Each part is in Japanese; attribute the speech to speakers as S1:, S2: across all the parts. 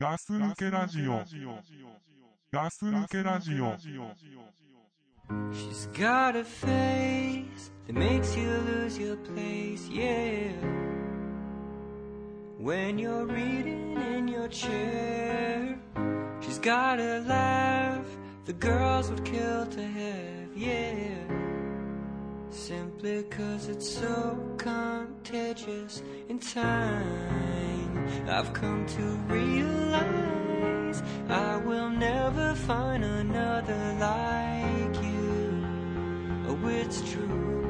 S1: ガス抜けラジオ。ガス抜けラジオ。
S2: She's got a face that makes you lose your place, yeah. When you're reading in your chair, she's got a laugh the girls would kill to have, yeah. Simply cause it's so contagious in time. I've come to realize I will never find another like you. Oh, it's true.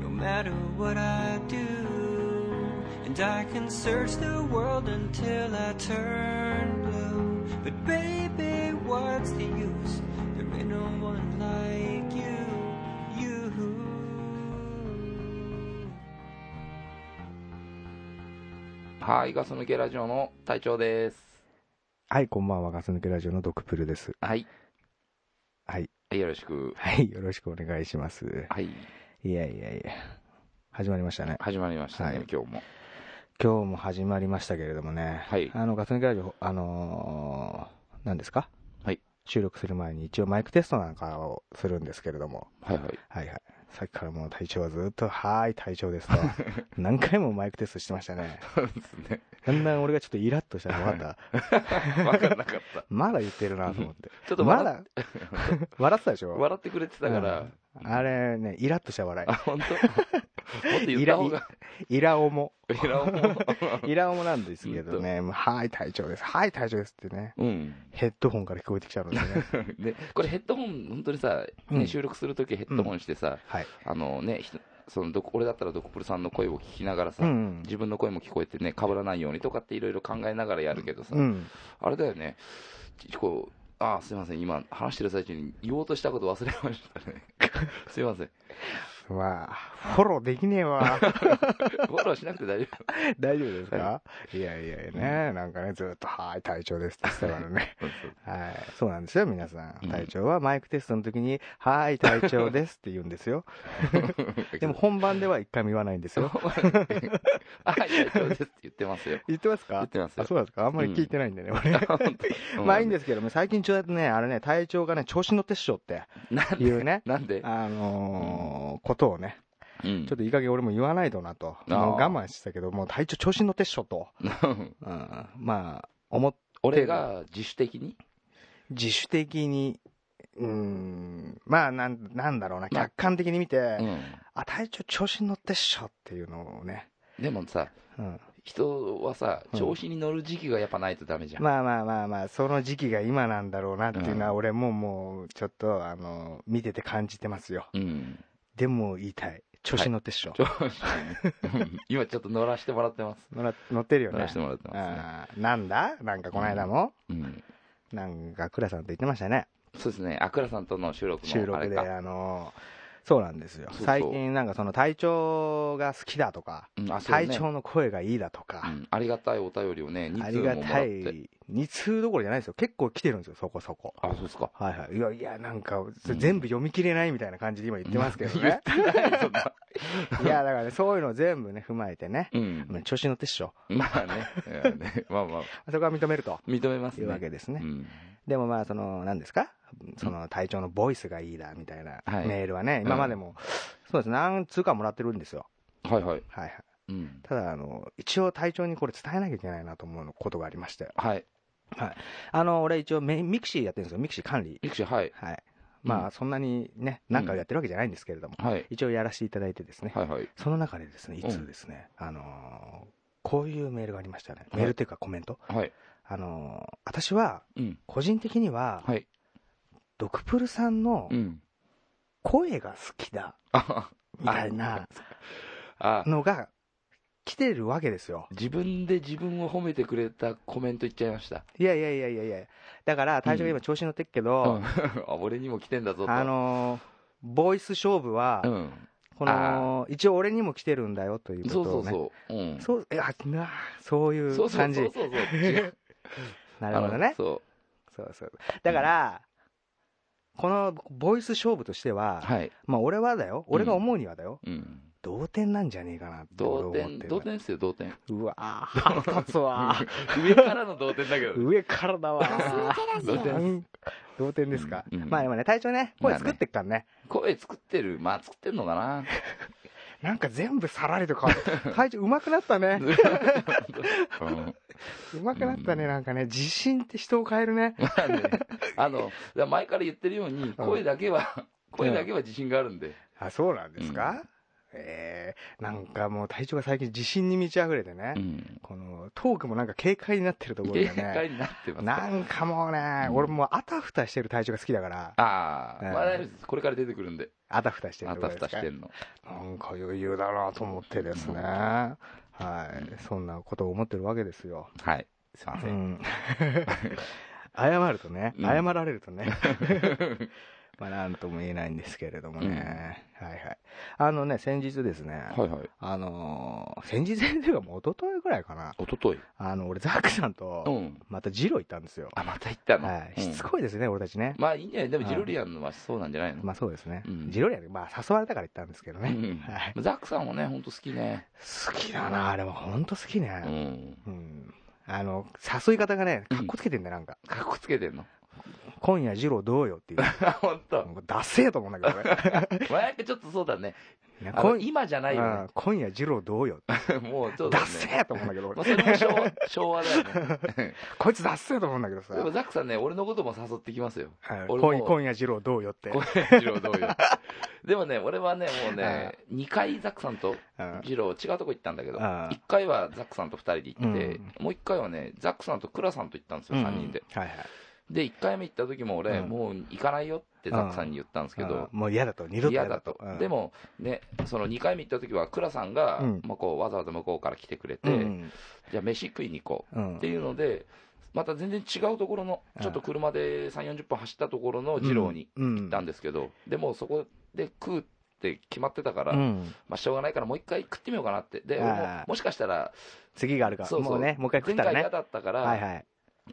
S2: No matter what I do, and I can search the world until I turn blue. But baby, what's the use? There ain't no one like you. You.
S3: はい、ガス抜けラジオの隊長です。
S4: はい、こんばんは、ガス抜けラジオのドクプルです。
S3: はい。
S4: はい。
S3: よろしく。
S4: はい、よろしくお願いします。
S3: はい。
S4: いやいやいや。始まりましたね。
S3: 始まりましたね、
S4: はい
S3: 今日も。
S4: 今日も始まりましたけれどもね。
S3: はい
S4: あの、ガス抜けラジオ、あのー、何ですか
S3: はい。
S4: 収録する前に一応マイクテストなんかをするんですけれども。
S3: はいはい。
S4: はいはい。さっきからもう体調はずっと、はーい、体調で すと。何回もマイクテストしてましたね。
S3: そうで
S4: だんだん俺がちょっとイラッとしたの分か った。
S3: す ね。わかんなかった。
S4: まだ言ってるなと思って。
S3: ちょっと
S4: ま
S3: 笑っ
S4: だ、笑ってたでし ょ
S3: 笑ってくれてたから。
S4: うんあれね、イラッとした笑
S3: あ、本当。 もっと言った方が。
S4: い。イラオモ。
S3: イラオも。
S4: イラオモなんですけどね、もうはい、隊長です。はい、隊長ですってね、
S3: うん。
S4: ヘッドホンから聞こえてきちゃうのでね。
S3: で、これヘッドホン、本当にさ、
S4: う
S3: ね、
S4: ん
S3: 収録するときヘッドホンしてさ、
S4: はい。
S3: あのね、ひそのどこ俺だったらドクプルさんの声を聞きながら
S4: う
S3: さ、
S4: ん。
S3: 自分の声も聞こえてね、被らないようにとかっていろいろ考えながらやるけどさ
S4: う、ん。
S3: あれだよね、ちこう、あーすいません、今、話してる最中に言おうとしたこと忘れましたね。 すいません。
S4: まあ、フォローできねえわ。
S3: フォローしなくて大丈夫。
S4: 大丈夫ですかいやいやいやね、なんかね、ずっとはい、隊長ですって言ってたからね。 はい。そうなんですよ、皆さ
S3: うん
S4: ん。隊長はマイクテストの時に、はい、隊長ですって言うんですよ。でも本番では一回も言わないんです よ。
S3: あ、はい、大丈夫ですって言ってますよ。
S4: 言ってます
S3: 言っ
S4: か
S3: てます
S4: あ、
S3: よ。
S4: そうなんですかあんまり聞いてないんでね、俺。 まあいいんですけども、最近ちょっとね、あれね、隊長がね、調子乗ってっしょって
S3: なん
S4: い
S3: で、
S4: うね
S3: なんで、
S4: あのーことをね、
S3: うん
S4: ちょっといい加減俺も言わないとなと、
S3: あー
S4: もう我慢してたけど、もう隊長調子乗ってっしょと、うん、まあ、思っ
S3: 俺が自主的に、
S4: 自主的に、うーん、まあなん、なんだろうな、
S3: まあ
S4: 客観的に見て、
S3: うん
S4: あ、隊長調子乗ってっしょっていうのをね、
S3: でもさ、
S4: うん、
S3: 人はさ、
S4: うん
S3: 調子に乗る時期がやっぱないとダメじゃん。
S4: まあまあまあまあ、その時期が今なんだろうなっていうのは、俺ももう、ちょっと、あの、見てて感じてますよ。
S3: うん。
S4: でも言いたい。調子乗ってっしょ。
S3: 調子にうん今ちょっと乗らせてもらってます。
S4: 乗ら乗ってるよ
S3: 乗ら
S4: ね
S3: せ。てもらってますね。
S4: あーなんだなんかこの間も、
S3: うん。
S4: なんか倉さんと言ってましたね。
S3: そうですね、あくらさんとの収録
S4: 収
S3: のあ
S4: 録
S3: れ
S4: で、
S3: か。
S4: あのーそうなんですよ。
S3: そうそう
S4: 最近なんかその体調が好きだとか、
S3: うんあそうね
S4: 体調の声がいいだと
S3: う
S4: か、
S3: んありがたいお便りをね、2
S4: あ
S3: 通
S4: り
S3: も
S4: が
S3: もらったて。
S4: い、2通どころじゃないですよ。結構来てるんですよ、そこそこ。
S3: あ、そうですか。
S4: はいはい。いやいや、なんか、全部読み切れないみたいな感じで今言ってま すけどね。
S3: そんない
S4: や、だからね、そういうの全部ね、踏まえてね。
S3: うん。
S4: 調子乗ってっしょ。
S3: まあね、いやね まあまあ、
S4: そこは認めると。
S3: 認めます
S4: い
S3: ね。
S4: うわけですね。
S3: うん
S4: でもまあ、その、何ですかその、隊長のボイスがいいだ、みたいな
S3: はい
S4: メールはね、今までも、そうですね、何通かもらってるんですよ。
S3: はいはい。
S4: はいはい。
S3: うん。
S4: ただ、あの、一応隊長にこれ伝えなきゃいけないなと思うことがありまして。
S3: はい。
S4: あの、俺一応メ、ミクシーやってるんですよ。ミクシー管理。
S3: ミクシー、はい。
S4: はい。まあ、そんなにね、なんかやってるわけじゃないんですけれども、
S3: はい。
S4: 一応やらせていただいてですね。
S3: はいはい。
S4: その中でですね、いつですね、あのーこういうメールがありましたね。メールっていうかコメント。
S3: はい。
S4: あのー私は、
S3: うん。
S4: 個人的には、
S3: はい。
S4: ドクプルさんの
S3: うん。
S4: 声が好きだ、
S3: あ
S4: みたいな
S3: あ、
S4: のが来てるわけですよ。
S3: 自分で自分を褒めてくれたコメント言っちゃいました。
S4: いやいやいやいやいやだから、体調が今調子に乗ってっけど、
S3: あ俺にも来てんだぞと。
S4: あのーボイス勝負は、
S3: うん。
S4: この、一応俺にも来てるんだよということ
S3: そうそ
S4: を
S3: う
S4: ね。
S3: そう。うん。
S4: そう、えあなそうい
S3: そううそう
S4: 感じ
S3: そう。そう。違う
S4: なるほどね
S3: あの。そ
S4: そうそう。だから、このボイス勝負としては、
S3: う。はい。
S4: まあ俺はだよ、俺が思うにはだよ、
S3: うん。
S4: 同点なんじゃねえかなって俺
S3: 同
S4: 思って
S3: 点、
S4: る
S3: 同点ですよ、同点。
S4: うわー腹立つわ ー
S3: 上からの同点だけど。
S4: 上からだわ ー
S3: 同点。
S4: うん同点ですか、
S3: うんうん
S4: まあでもね体調ね声作ってっからね,、
S3: 声作ってる、まあ作ってんのか な。
S4: なんか全部さらりと変わ った体調うまくなったね
S3: うん
S4: うまくなったね、
S3: うん
S4: なんかね、自信って人を変えるね。
S3: まあね、あの、だから前から言ってるように、声だけは、声だけは自信があるんで。
S4: あ、そうなんですか、
S3: うん
S4: えー、なんかもう体調が最近自信に満ち溢れてね、
S3: うん。
S4: このトークもなんか軽快になってるところ
S3: 警
S4: がね、
S3: 戒になってますから。
S4: なんかもうね、
S3: うん
S4: 俺もうあたふたしてる体調が好きだから、
S3: ああ、
S4: うん
S3: まあ、これから出てくるんで、
S4: あたふたしてる
S3: あ
S4: と
S3: た
S4: こ
S3: ふ
S4: ろで
S3: た
S4: す
S3: し
S4: か
S3: てんの。
S4: なんか余裕だなと思ってですね、
S3: うん
S4: はい、そんなことを思ってるわけですよ。
S3: はい。すいま
S4: う
S3: せん。
S4: ん 謝るとね、
S3: うん
S4: 謝られるとね、 まあなんとも言えないんですけれどもね、はいはい。あのね、先日ですね、
S3: はいはい。
S4: あのー先日というかもう一昨日ぐらいかな、
S3: おととい。
S4: あの、俺ザックさん
S3: う
S4: と、
S3: ん。
S4: またジロ行ったんですよ。
S3: あ、また行ったの。
S4: はい。
S3: うん
S4: しつこいですね、俺たちね。
S3: まあいいんじゃないでもジロリアンのはそうなんじゃないの、
S4: まあそうですね
S3: う。ん
S4: ジロリアで、まあ誘われたから行ったんですけど
S3: う
S4: ね。
S3: ん
S4: はい。
S3: ザックさんもね、ほんと好きね。
S4: 好きだな、あれはほんと好き
S3: う
S4: ね。
S3: ん。
S4: うん。あの、誘い方がね、かっこつけてんだよ、なんか。
S3: かっこつけてんの。
S4: 今夜ジロどうよっていう。
S3: あ、ほんと。
S4: もうダセえと思うんだけど ね
S3: まあなんかちょっとそうだね。
S4: ね。
S3: あの今じゃないよ
S4: うん今夜ジロどうよっ
S3: ね。
S4: て。
S3: もうちょっと、ね。
S4: ダッセえと思うんだけど、
S3: まあ
S4: 俺
S3: それも昭和昭和だよね。
S4: こいつダッセえと思うんだけどさ
S3: で。もザックさんね、俺のことも誘ってきますよ。
S4: はい
S3: 俺も
S4: 今夜今夜ジロどうよって。
S3: 小平次郎どう よ。でもね、俺はね、もう
S4: は
S3: ね、2回ザックさんと
S4: うん
S3: 次郎、違うとこ行ったんだけど、
S4: ああ
S3: 1回はザックさんと2人で行って、
S4: う
S3: もう1回はね、ザックさんとクラさんと行ったんですよ、3人で。
S4: うん。はいはい。
S3: で、1回目行った時も俺、
S4: うん
S3: もう行かないよってザックさんに言ったんですけど
S4: うん、もう嫌だと、二度と
S3: 嫌だと、で
S4: も、
S3: もね、その2回目行った時は、倉さんが、
S4: うん
S3: まあ、こうわざわざ向こうから来てくれて、
S4: うん
S3: じゃあ、飯食いに行こ
S4: う
S3: うっ
S4: ん
S3: ていうので、また全然違うところの、ちょっと車で3、40分走ったところの二郎に行
S4: 行
S3: ったんですけど、でもうそこで食うって決まってたから、
S4: うん
S3: まあ、しょうがないから、もう一回食ってみようかなって、で俺も
S4: あー
S3: もしかしたら、
S4: 次があるから、
S3: そうそう
S4: もうね、もう一回食
S3: 前
S4: ったら
S3: 回
S4: ね
S3: 嫌。だったから、
S4: はいはい。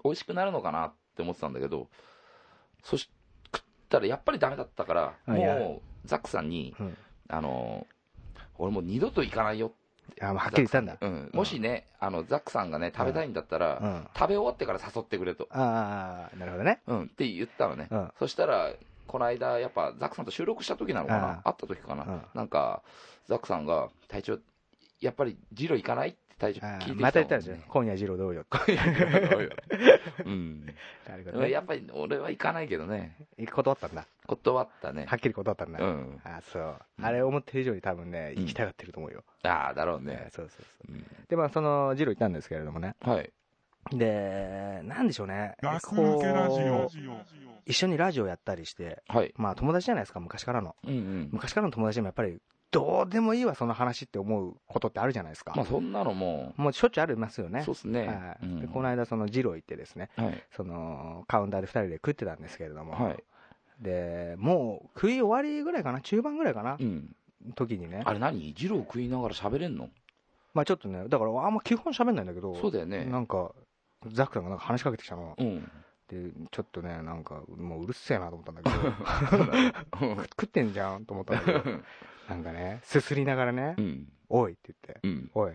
S3: 美味しくなるのかなって思ってたんだけど、そし食ったらやっぱりダメだったから、
S4: あいや
S3: もうザックさんに、
S4: うん
S3: あの俺もう二度と行かないよ、
S4: あもうはっきり言ったんだ。
S3: うん、もしね、あのザックさんがね、食べたいんだったら、
S4: うん。あ
S3: 食べ終わってから誘ってくれと、
S4: あー、なるほどね。
S3: うん、って言ったのね、
S4: うん
S3: そしたら、この間、やっぱザックさんと収録した時なのかな、
S4: あ
S3: 会った時かな、
S4: うん
S3: なんか、ザックさんが、隊長、やっぱりジロ行かないって隊長
S4: あ
S3: 聞いてき
S4: ー
S3: た
S4: また言ったんです
S3: も
S4: よ
S3: んね。
S4: 今夜ジロどうよって。
S3: うん、
S4: なるほどね
S3: やっぱり俺は行かないけどね、
S4: 断ったんだ。
S3: 断ったね。
S4: はっきり断ったんだ
S3: う。ん、
S4: あそう。あれ思ってる以上に多分ね、
S3: うん
S4: 行きたがってると思うよ。
S3: ああ、だろうね。
S4: そうそうそうう。で、まあそのジロ行ったんですけれどもね。
S3: んはい。
S4: で、なんでしょうね。
S1: ガス抜
S4: こ
S1: けラジオ
S4: う、。一緒にラジオやったりして、
S3: はい。
S4: まあ友達じゃないですか、昔からの。
S3: うんうん。
S4: 昔からの友達でもやっぱり、どうでもいいわ、その話って思うことってあるじゃないですか。
S3: まあ、そんなのも、
S4: もうしょっちゅうありますよね。
S3: そうっすね
S4: は。
S3: う
S4: い
S3: ん
S4: でこの間、その、ジロー行ってですね、
S3: はい。
S4: その、カウンターで2人で食ってたんですけれども、
S3: はい。
S4: で、もう、食い終わりぐらいかな、中盤ぐらいかな
S3: う、ん。
S4: 時にね、
S3: あれ何ジロー食いながら喋れんの
S4: まあちょっとね、だから、あんま基本喋んないんだけど、
S3: そうだよね。
S4: なんか、ザックさんがなんか話しかけてきたの、
S3: うん。
S4: で、ちょっとね、なんか、もううるせえなと思ったんだけど、
S3: うん
S4: 食ってんじゃんと思ったんだけど、なんかね、すすりながらね
S3: う、ん。
S4: おいって言って、
S3: うん。
S4: おい、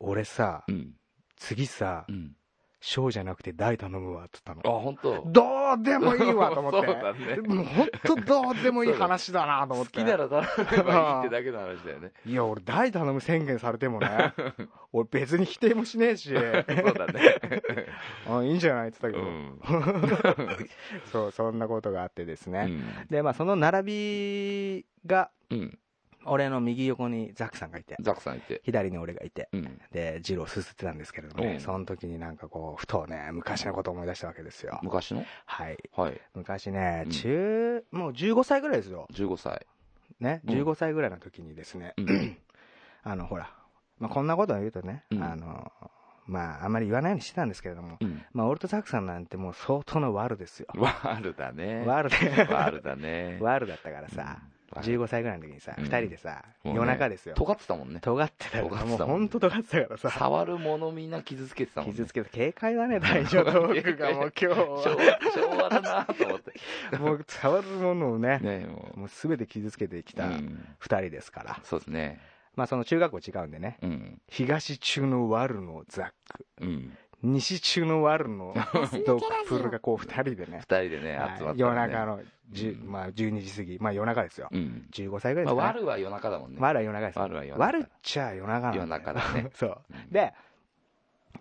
S4: 俺さ、
S3: うん。
S4: 次さ
S3: う、ん。
S4: 小じゃなくて大頼むわって言っ
S3: あ、
S4: たの。
S3: 本当。
S4: どうでもいいわと思 っ
S3: そうだね
S4: て。もう本当どうでもいい話だなと思
S3: 好
S4: って。
S3: きなら頼めばいいってだけの話だよ ね。
S4: いや、俺大頼む宣言されて もね。俺別に否定もしねえし。
S3: そうだね。
S4: あいいんじゃないって言った
S3: う
S4: けど、
S3: ん。
S4: そう、そんなことがあってです
S3: う
S4: ね。
S3: ん
S4: で、まあその並びが、
S3: うん。
S4: 俺の右横にザックさんがいて、
S3: ザックさんいて。
S4: 左に俺がいて、
S3: うん。
S4: で、ジローすすってたんですけれども
S3: う
S4: ね
S3: ん、
S4: その時になんかこう、ふとね、昔のことを思い出したわけですよ。
S3: 昔の
S4: はい。
S3: はい。
S4: 昔ね
S3: う、ん
S4: 中、もう15歳ぐらいですよ。
S3: 15歳。
S4: ね、
S3: うん
S4: 15歳ぐらいの時にですね、
S3: うん。
S4: あの、ほら、まあ、こんなことを言うとね、
S3: うん
S4: あの、まあ、あんまり言わないようにしてたんですけれども、
S3: うん。
S4: まあ、俺とザクさんなんてもう相当の悪ですよ。
S3: ワールだね。
S4: 悪
S3: ワー
S4: で、
S3: ルだね。
S4: 悪だったからさ、
S3: はい
S4: 15歳ぐらいの時にさ、
S3: うん
S4: 2人でさ、
S3: もうね
S4: 夜中ですよ。
S3: 尖ってたもんね
S4: 尖ってたか
S3: 尖
S4: ら、
S3: っ
S4: も
S3: て
S4: う
S3: たもん
S4: 本当尖ってたからさ、
S3: 触るものみんな傷つけてたもんね
S4: 傷つけて、警戒 だね、大女トークがもう今
S3: 昭
S4: 日は。
S3: 和昭和だなと思って
S4: もう触るものをね、
S3: ねもう
S4: もう全て傷つけてきた
S3: う
S4: 2
S3: ん
S4: 人ですから。
S3: そうですね
S4: まあその中学校違うんでね、
S3: うん
S4: 東中のワルのザック、
S3: うん
S4: 西中のワ ルのドッグプルがこう2人でね
S3: 二、人 でね集ま
S4: は
S3: っ
S4: い
S3: て、ね、
S4: 夜中の、じゅ
S3: うん
S4: まあ12時過ぎ、まあ夜中ですよ。
S3: うん
S4: 15歳ぐらいで
S3: ますあ
S4: かね
S3: 悪は夜中だもんね
S4: 悪は夜中ですよ
S3: 悪は夜中
S4: 悪っちゃ夜中なんだよ
S3: 夜中だね
S4: そう
S3: うん
S4: で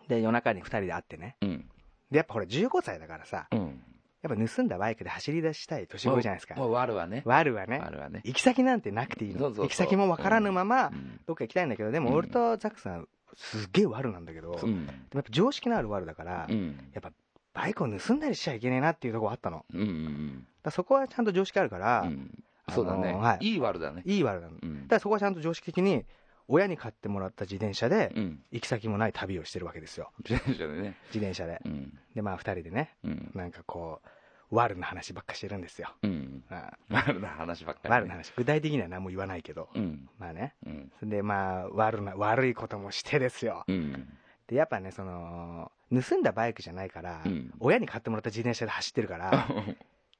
S4: で夜中に2人で会ってね
S3: うん
S4: でやっぱほら15歳だからさ
S3: うん
S4: やっぱ盗んだバイクで走り出したい年頃じゃないですか
S3: もう悪はね
S4: 悪はね
S3: 悪はね
S4: 行き先なんてなくていい
S3: そう
S4: の
S3: そうそう
S4: 行き先も分からぬまま
S3: うん
S4: どっか行きたいんだけどでも
S3: うん
S4: 俺とザックさんすっげえ悪なんだけどで
S3: う
S4: も
S3: ん
S4: やっぱ常識のある悪だから
S3: うん
S4: やっぱバイクを盗んだりしちゃいけねえなっていうとこあったのだか
S3: うんうん
S4: らそこはちゃんと常識あるか
S3: う
S4: ら
S3: んそうだ
S4: あのーは
S3: ね
S4: い
S3: いい悪だね
S4: いい悪なのだ
S3: うん
S4: からそこはちゃんと常識的に親に買ってもらった自転車で
S3: うん
S4: 行き先もない旅をしてるわけですよ
S3: 自転車でね
S4: 自転車で
S3: うん
S4: でまあ2人でね
S3: うん
S4: なんかこうワルの話ばっかしてるんですよ、
S3: うん
S4: あ
S3: 悪な話ばっかり
S4: ワルの話具体的には何も言わないけど、
S3: うん
S4: まあね
S3: うん
S4: でまあ悪な悪いこともしてですよ
S3: うん
S4: でやっぱねその盗んだバイクじゃないから、
S3: うん
S4: 親に買ってもらった自転車で走ってるから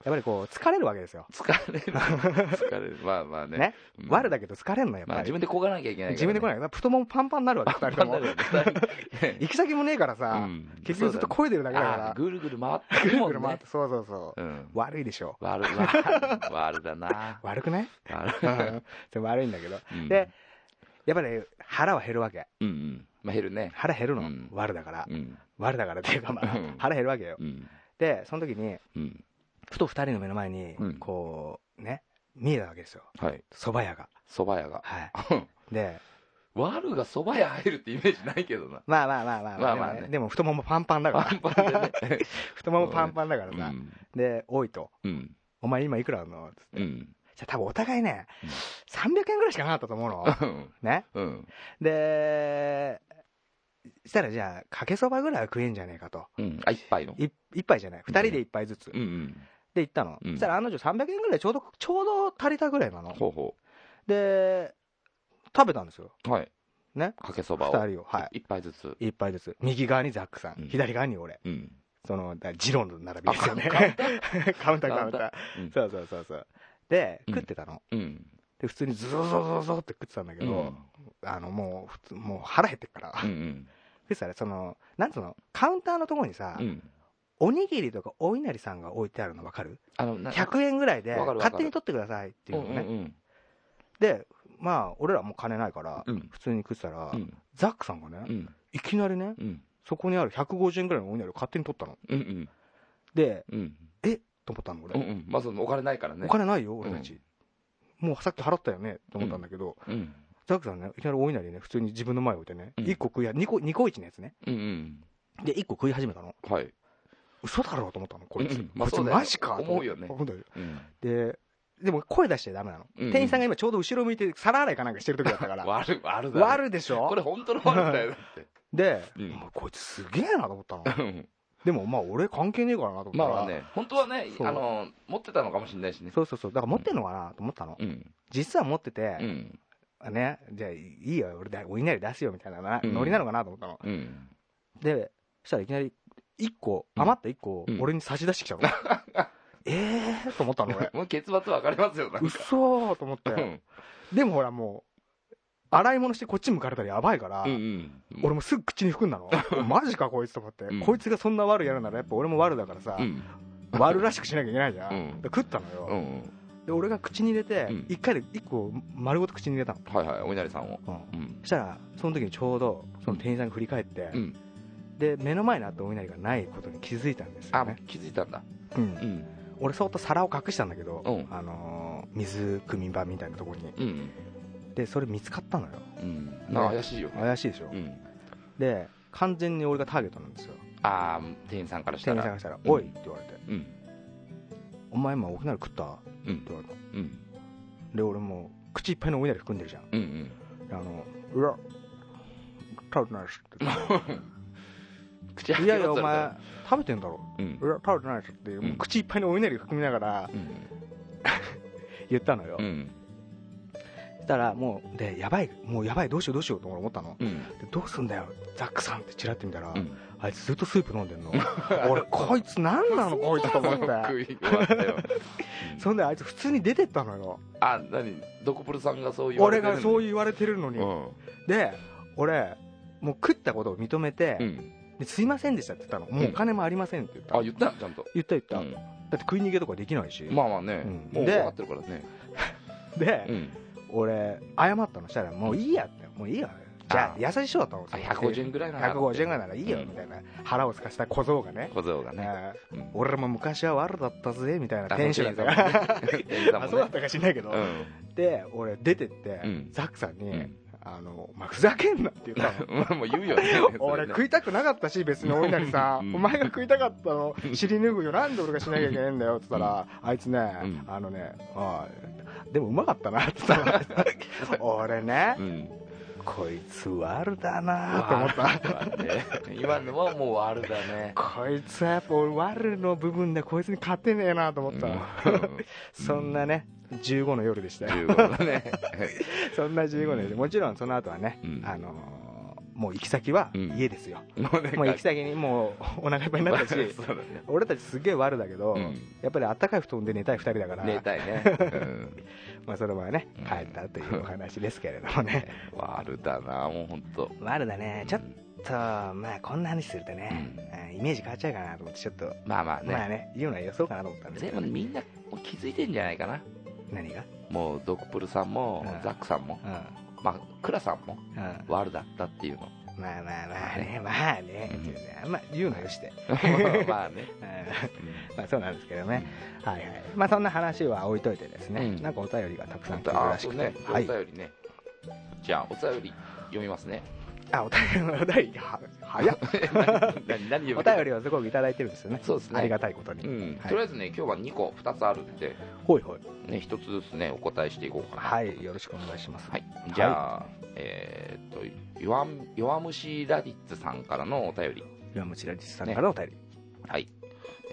S4: やっぱりこう疲れるわけですよ、
S3: 疲 れる疲れるまあまあね
S4: ね
S3: うん
S4: ワルだけど疲れるのやっぱ
S3: まあ
S4: り、
S3: 自分でこがなきゃいけない
S4: 自分で来ない
S3: い
S4: から太ももパンパンになるわけ2人とも 行き先もねえからさ、結局ずっと漕いでるだけだ
S3: あ
S4: か
S3: あぐるぐる回って
S4: ら
S3: る
S4: ぐる
S3: も
S4: ぐ
S3: ん
S4: る
S3: ね
S4: 回ってそうそうそう
S3: うん
S4: 悪いでしょ
S3: 悪悪悪だな
S4: 悪くない
S3: 悪
S4: それ悪いんだけど
S3: うん
S4: でやっぱり腹は減るわけ
S3: うんうんまあ減るね
S4: 腹減るの、
S3: うん
S4: 悪だから、
S3: うん
S4: 悪だからっていうかまあ
S3: うん
S4: 腹減るわけよ
S3: うん
S4: でその時に
S3: うん
S4: ふと2人の目の前に
S3: うん
S4: こうね見えたわけですよ
S3: はい
S4: 蕎麦屋が
S3: 蕎麦屋が
S4: はい
S3: うん
S4: で
S3: 悪が蕎麦屋入るってイメージないけどな
S4: まあまあまあまあ
S3: まあまあね
S4: でもでも太ももパンパンだか
S3: パン
S4: ら
S3: パンで ね
S4: 太ももパンパンだから
S3: う
S4: さ、
S3: ん
S4: で「おい」と
S3: うん
S4: 「お前今いくらあんの?」つって、
S3: うん
S4: じゃあ多分お互いね
S3: うん
S4: 300円ぐらいしかなかったと思うのね
S3: うん
S4: でしたらじゃあかけそばぐらいは食えんじゃねえかと
S3: うんあ一杯の
S4: い一杯じゃない二人で一杯ずつ、
S3: うんうん
S4: で行ったの、
S3: うん
S4: そしたら案の定300円ぐらいちょうどちょうど足りたぐらいなの
S3: ほうほ
S4: で食べたんですよ
S3: うはい
S4: ね
S3: かけそばを
S4: 2人をはい
S3: 一杯ずつ
S4: 一杯ずつ右側にザックさん、
S3: うん
S4: 左側に俺
S3: うん
S4: そのだジロンの並びですよね
S3: あカウン
S4: カウンターカウンター
S3: カうん
S4: そうそうそうそうで
S3: うん
S4: 食ってたの、
S3: うん
S4: で普通にズゾゾゾゾって食ってたんだけど、あのもう普通もう腹減ってっから、
S3: うんう
S4: 食
S3: ん
S4: ってたらそのなんつうのカウンターのところにさ、
S3: うん
S4: おにぎりとかお稲荷さんが置いてあるの分かる
S3: あのな
S4: ?100 円ぐらいで
S3: わかるわかる
S4: 勝手に取ってくださいっていうのね、
S3: うん
S4: でまあ俺らもう金ないから、
S3: うん
S4: 普通に食ってたら、
S3: うん
S4: ザックさんがね、
S3: うん
S4: いきなりね
S3: うん
S4: そこにある150円ぐらいのおにぎりを勝手に取ったの
S3: うんうん
S4: で
S3: うん
S4: えっと思ったの俺、
S3: うんうんまずお金ないからね
S4: お金ないよ俺たち、もうさっき払ったよねと思ったんだけど、
S3: うん
S4: ザックさんねいきなりお稲荷ね普通に自分の前置いてね、
S3: うん
S4: 一個食いや2個二個一のやつね
S3: うん
S4: で1個食い始めたの
S3: うんはい
S4: 嘘だろうと思ったのこいつ、
S3: うんうんまあ
S4: こいつ
S3: そうだよ
S4: マジかと
S3: 思うよね
S4: 思ったよ
S3: うん
S4: ででも声出しちゃダメなの、
S3: うんうん
S4: 店員さんが今ちょうど後ろ向いて皿洗いかなんかしてる時だったか ら
S3: 悪い悪だね
S4: 悪でしょ
S3: これ本当の悪だよだ っ
S4: で、
S3: うん
S4: まあこいつすげえなと思ったの
S3: てうん
S4: でもまあ俺関係ねえからなと思った
S3: ま
S4: ら
S3: あまあね本当はね
S4: そう
S3: あの持ってたのかもしれないしね
S4: そうそうそうだから持ってんのかなと思ったの、
S3: うん
S4: 実は持って
S3: う
S4: て、
S3: ん
S4: ねじゃあいいよ俺だお稲荷出すよみたいなな
S3: うん
S4: ノリなのかなと思ったの、
S3: うん
S4: でそしたらいきなり1個
S3: うん
S4: 余った1個を
S3: うん
S4: 俺に差し出し てきたの、ええと思ったの俺
S3: もう結末分かりますよなん
S4: う
S3: か
S4: そーと思っ
S3: う
S4: て
S3: ん
S4: でもほらもう洗い物してこっち向かれたらやばいから、
S3: うんうん
S4: 俺もすぐ口に含んだのマジかこいつと思って、
S3: うん
S4: こいつがそんな悪やるならやっぱ俺も悪だからさ、
S3: うん
S4: 悪らしくしなきゃいけないじゃん、
S3: うん
S4: で食ったのよ、
S3: うん
S4: で俺が口に入れて、
S3: うん
S4: 一回で一個丸ごと口に入れたの、
S3: はいはいお稲荷さんを
S4: うん
S3: うん
S4: そしたらその時にちょうどその店員さんが振り返って、
S3: うん
S4: で目の前にあったお稲荷がないことに気づいたんですよ
S3: あもう
S4: ね、
S3: 気づいたんだ
S4: うん
S3: うん
S4: 俺そっと皿を隠したんだけど、
S3: うん
S4: あのー水汲み場みたいなところに
S3: うん
S4: でそれ見つかったのよ
S3: うんなんか怪しいよね
S4: 怪しいでしょ、
S3: うん
S4: で完全に俺がターゲットなんですよ
S3: ああ店員さんからし
S4: 店
S3: た
S4: 員さん
S3: ら
S4: がしたら「
S3: うん
S4: おい」って言われて
S3: うん
S4: 「お前今お稲荷食った?」っ
S3: う
S4: て
S3: ん
S4: 言われた
S3: うん
S4: で俺もう口いっぱいのお稲荷含んでるじゃん
S3: うんうん
S4: であの「うわ食べてないです」って言っ
S3: 口開
S4: て「
S3: け
S4: い
S3: よ
S4: やいや
S3: う
S4: お
S3: と
S4: 前
S3: さ
S4: 食べてんだろ」
S3: れたらうん
S4: いや食べてないですって、もう口いっぱいのお稲荷含みながら
S3: うん
S4: 言ったのよ、
S3: うん
S4: たらもうでやばいもうやばいどうしようどうしようと思ったの、
S3: うん
S4: でどうすんだよザックさんってチラって見たら、
S3: うん
S4: あいつずっとスープ飲んでんの俺こいつ何 なのこいつと思って
S3: 食い終わったようん
S4: そんであいつ普通に出てったのよ
S3: あ何ドコプルさんがそう言われて
S4: 俺
S3: る
S4: がそう
S3: い
S4: 言われてるのに、
S3: うん
S4: で俺もう食ったことを認めて、
S3: うん
S4: ですいませんでしたって言ったのもうお金もありませんって言った、
S3: あ言ったちゃんと
S4: 言った言った、
S3: うん
S4: だって食い逃げとかできないし、
S3: まあまあね
S4: うん
S3: もう
S4: で
S3: 分かってるからね
S4: で、
S3: うん
S4: 俺謝ったのしたらもういいやってもういいよじゃ
S3: あ
S4: あ優しい人だったの
S3: あ150円ぐらいなら
S4: 150円ぐらいならいいよ
S3: うん
S4: みたいな腹をすかした小僧がね
S3: 小僧がね
S4: ね
S3: うん
S4: 俺も昔は悪だったぜみたいな
S3: あ
S4: テンション
S3: そうだ
S4: が
S3: ね店員さん
S4: あ
S3: も
S4: そうだっ
S3: ね
S4: たか知んないけど、で俺出てって、
S3: うん
S4: ザックさんに、
S3: うん
S4: あのまあ、ふざけんなって言ったの
S3: うんもう言うよね
S4: 俺
S3: それね
S4: 食いたくなかったし別にお稲荷さ
S3: うん
S4: んお前が食いたかったの尻拭いよなんで俺がしなきゃいけないんだよって言ったらあいつね
S3: うん
S4: あのねああでもうまかったなって言った ら俺ね
S3: うん
S4: こいつ悪だなと思った
S3: た今のはもうあれだね
S4: こいつはやっぱ俺悪の部分でこいつに勝てねえなと思った、
S3: うん
S4: そんなね15の夜でしたよ
S3: 15だね
S4: そんな15の夜でもちろんその後はね、
S3: うん
S4: あのーもう行き先は
S3: うん
S4: 家ですよ、
S3: もうね
S4: もう行き先にもうお腹いっぱいになったし
S3: そうだね
S4: 俺たちすげえ悪だけど、
S3: うん
S4: やっぱりあったかい布団で寝たい2人だから
S3: 寝たいねうん
S4: まあ、そのままね
S3: うん
S4: 帰ったというお話ですけれども ね
S3: 悪だなもう本当
S4: 悪だねちょっとまあこんな話するとね、あイメージ変わっちゃうかなと思ってちょっと、
S3: まあまあ
S4: まあ
S3: ね
S4: ね言うのはよそうかなと思ったんです
S3: で
S4: け
S3: も
S4: ど
S3: みんなもう気づいてんじゃないかな
S4: 何が
S3: もうドクプルさんも
S4: うん
S3: ザックさんも
S4: うん
S3: まあクラさんも
S4: うん
S3: 悪だったっていうの
S4: まあまあまあねまあね
S3: うん
S4: っていうねあんま言うのよして、
S3: まあね
S4: うんまあそうなんですけどねはいはいまあそんな話は置いといてですね、
S3: うん
S4: なんかお便りがたくさん来てる
S3: あ
S4: ら
S3: あ
S4: し
S3: そう
S4: くて
S3: ねお
S4: はい
S3: 便りねじゃあお便り読みます ね
S4: あお便りお便りは 早っ
S3: 何何読
S4: お
S3: む
S4: 便りをすごくいただいてるんですよね
S3: そうですね
S4: ありがたいことに、
S3: うん
S4: はい
S3: とりあえずね今日は2個2つあるんで
S4: ほいほい
S3: ね1つずつねお答えしていこうかな
S4: はいよろしくお願いします
S3: はい、じゃあ、えーっと弱ん弱虫ラディッツさんからのお便り、
S4: 岩持ラジスさんからのお便り、
S3: はい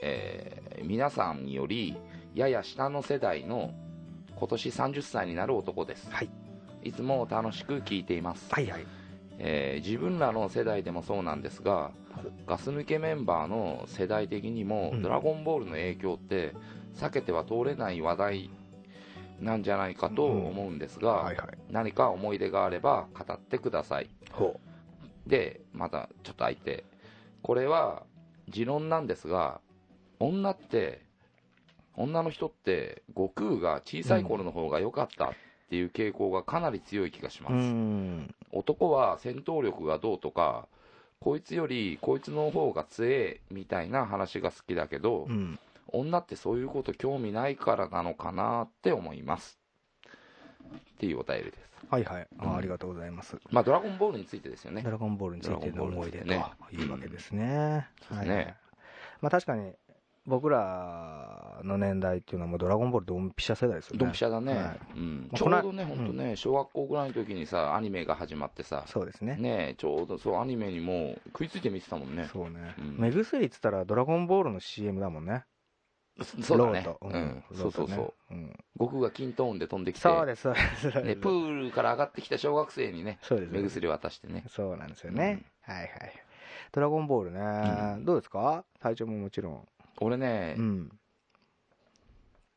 S3: えー皆さんによりやや下の世代の今年30歳になる男です、
S4: はい、
S3: いつも楽しく聞いています、
S4: はいはい
S3: えー自分らの世代でもそうなんですがガス抜けメンバーの世代的にも「
S4: うん
S3: ドラゴンボール」の影響って避けては通れない話題なんじゃないかと思うんですが、
S4: はいはい
S3: 何か思い出があれば語ってください
S4: ほ
S3: でまたちょっと空いてこれは持論なんですが女って女の人って悟空が小さい頃の方が良かったっていう傾向がかなり強い気がしま
S4: う
S3: す、
S4: うーん
S3: 男は戦闘力がどうとかこいつよりこいつの方が強えみたいな話が好きだけど、
S4: うん
S3: 女ってそういうこと興味ないからなのかなって思いますっていうお便りです
S4: はいはいあ,、
S3: うん
S4: ありがとうございます
S3: まあドラゴンボールについてですよね
S4: ドラゴンボールについての思い出と
S3: ドラゴ
S4: いうわけですね。
S3: うん
S4: はい
S3: そうですね
S4: まあ確かに、僕らの年代っていうのはもうドラゴンボールドンピシャ世代ですよね。
S3: ドンピシャだね、
S4: はい
S3: うん、
S4: まあ
S3: ちょ
S4: こ
S3: う
S4: の
S3: どね、
S4: うん
S3: 本当ね、小学校ぐらいの時にさ、アニメが始まってさ、
S4: そうですね。
S3: ねちょうどそう、アニメにもう食いついて見てたもんね、
S4: そうね
S3: うん。
S4: 目薬っつったらドラゴンボールの CM だもんね。
S3: そそうだね
S4: ロー、と。
S3: うんそ
S4: ロ
S3: う
S4: ーと
S3: そう
S4: ね
S3: そう、
S4: うん
S3: 悟空がキントーンで飛んできて、
S4: そうです、そうです。そう
S3: ね、
S4: です
S3: プールから上がってきた小学生にね、
S4: そうです
S3: 目薬渡してね、
S4: そうなんですよね。はいはい。ドラゴンボールね。どうですか体調ももちろん。
S3: 俺ね、
S4: うん。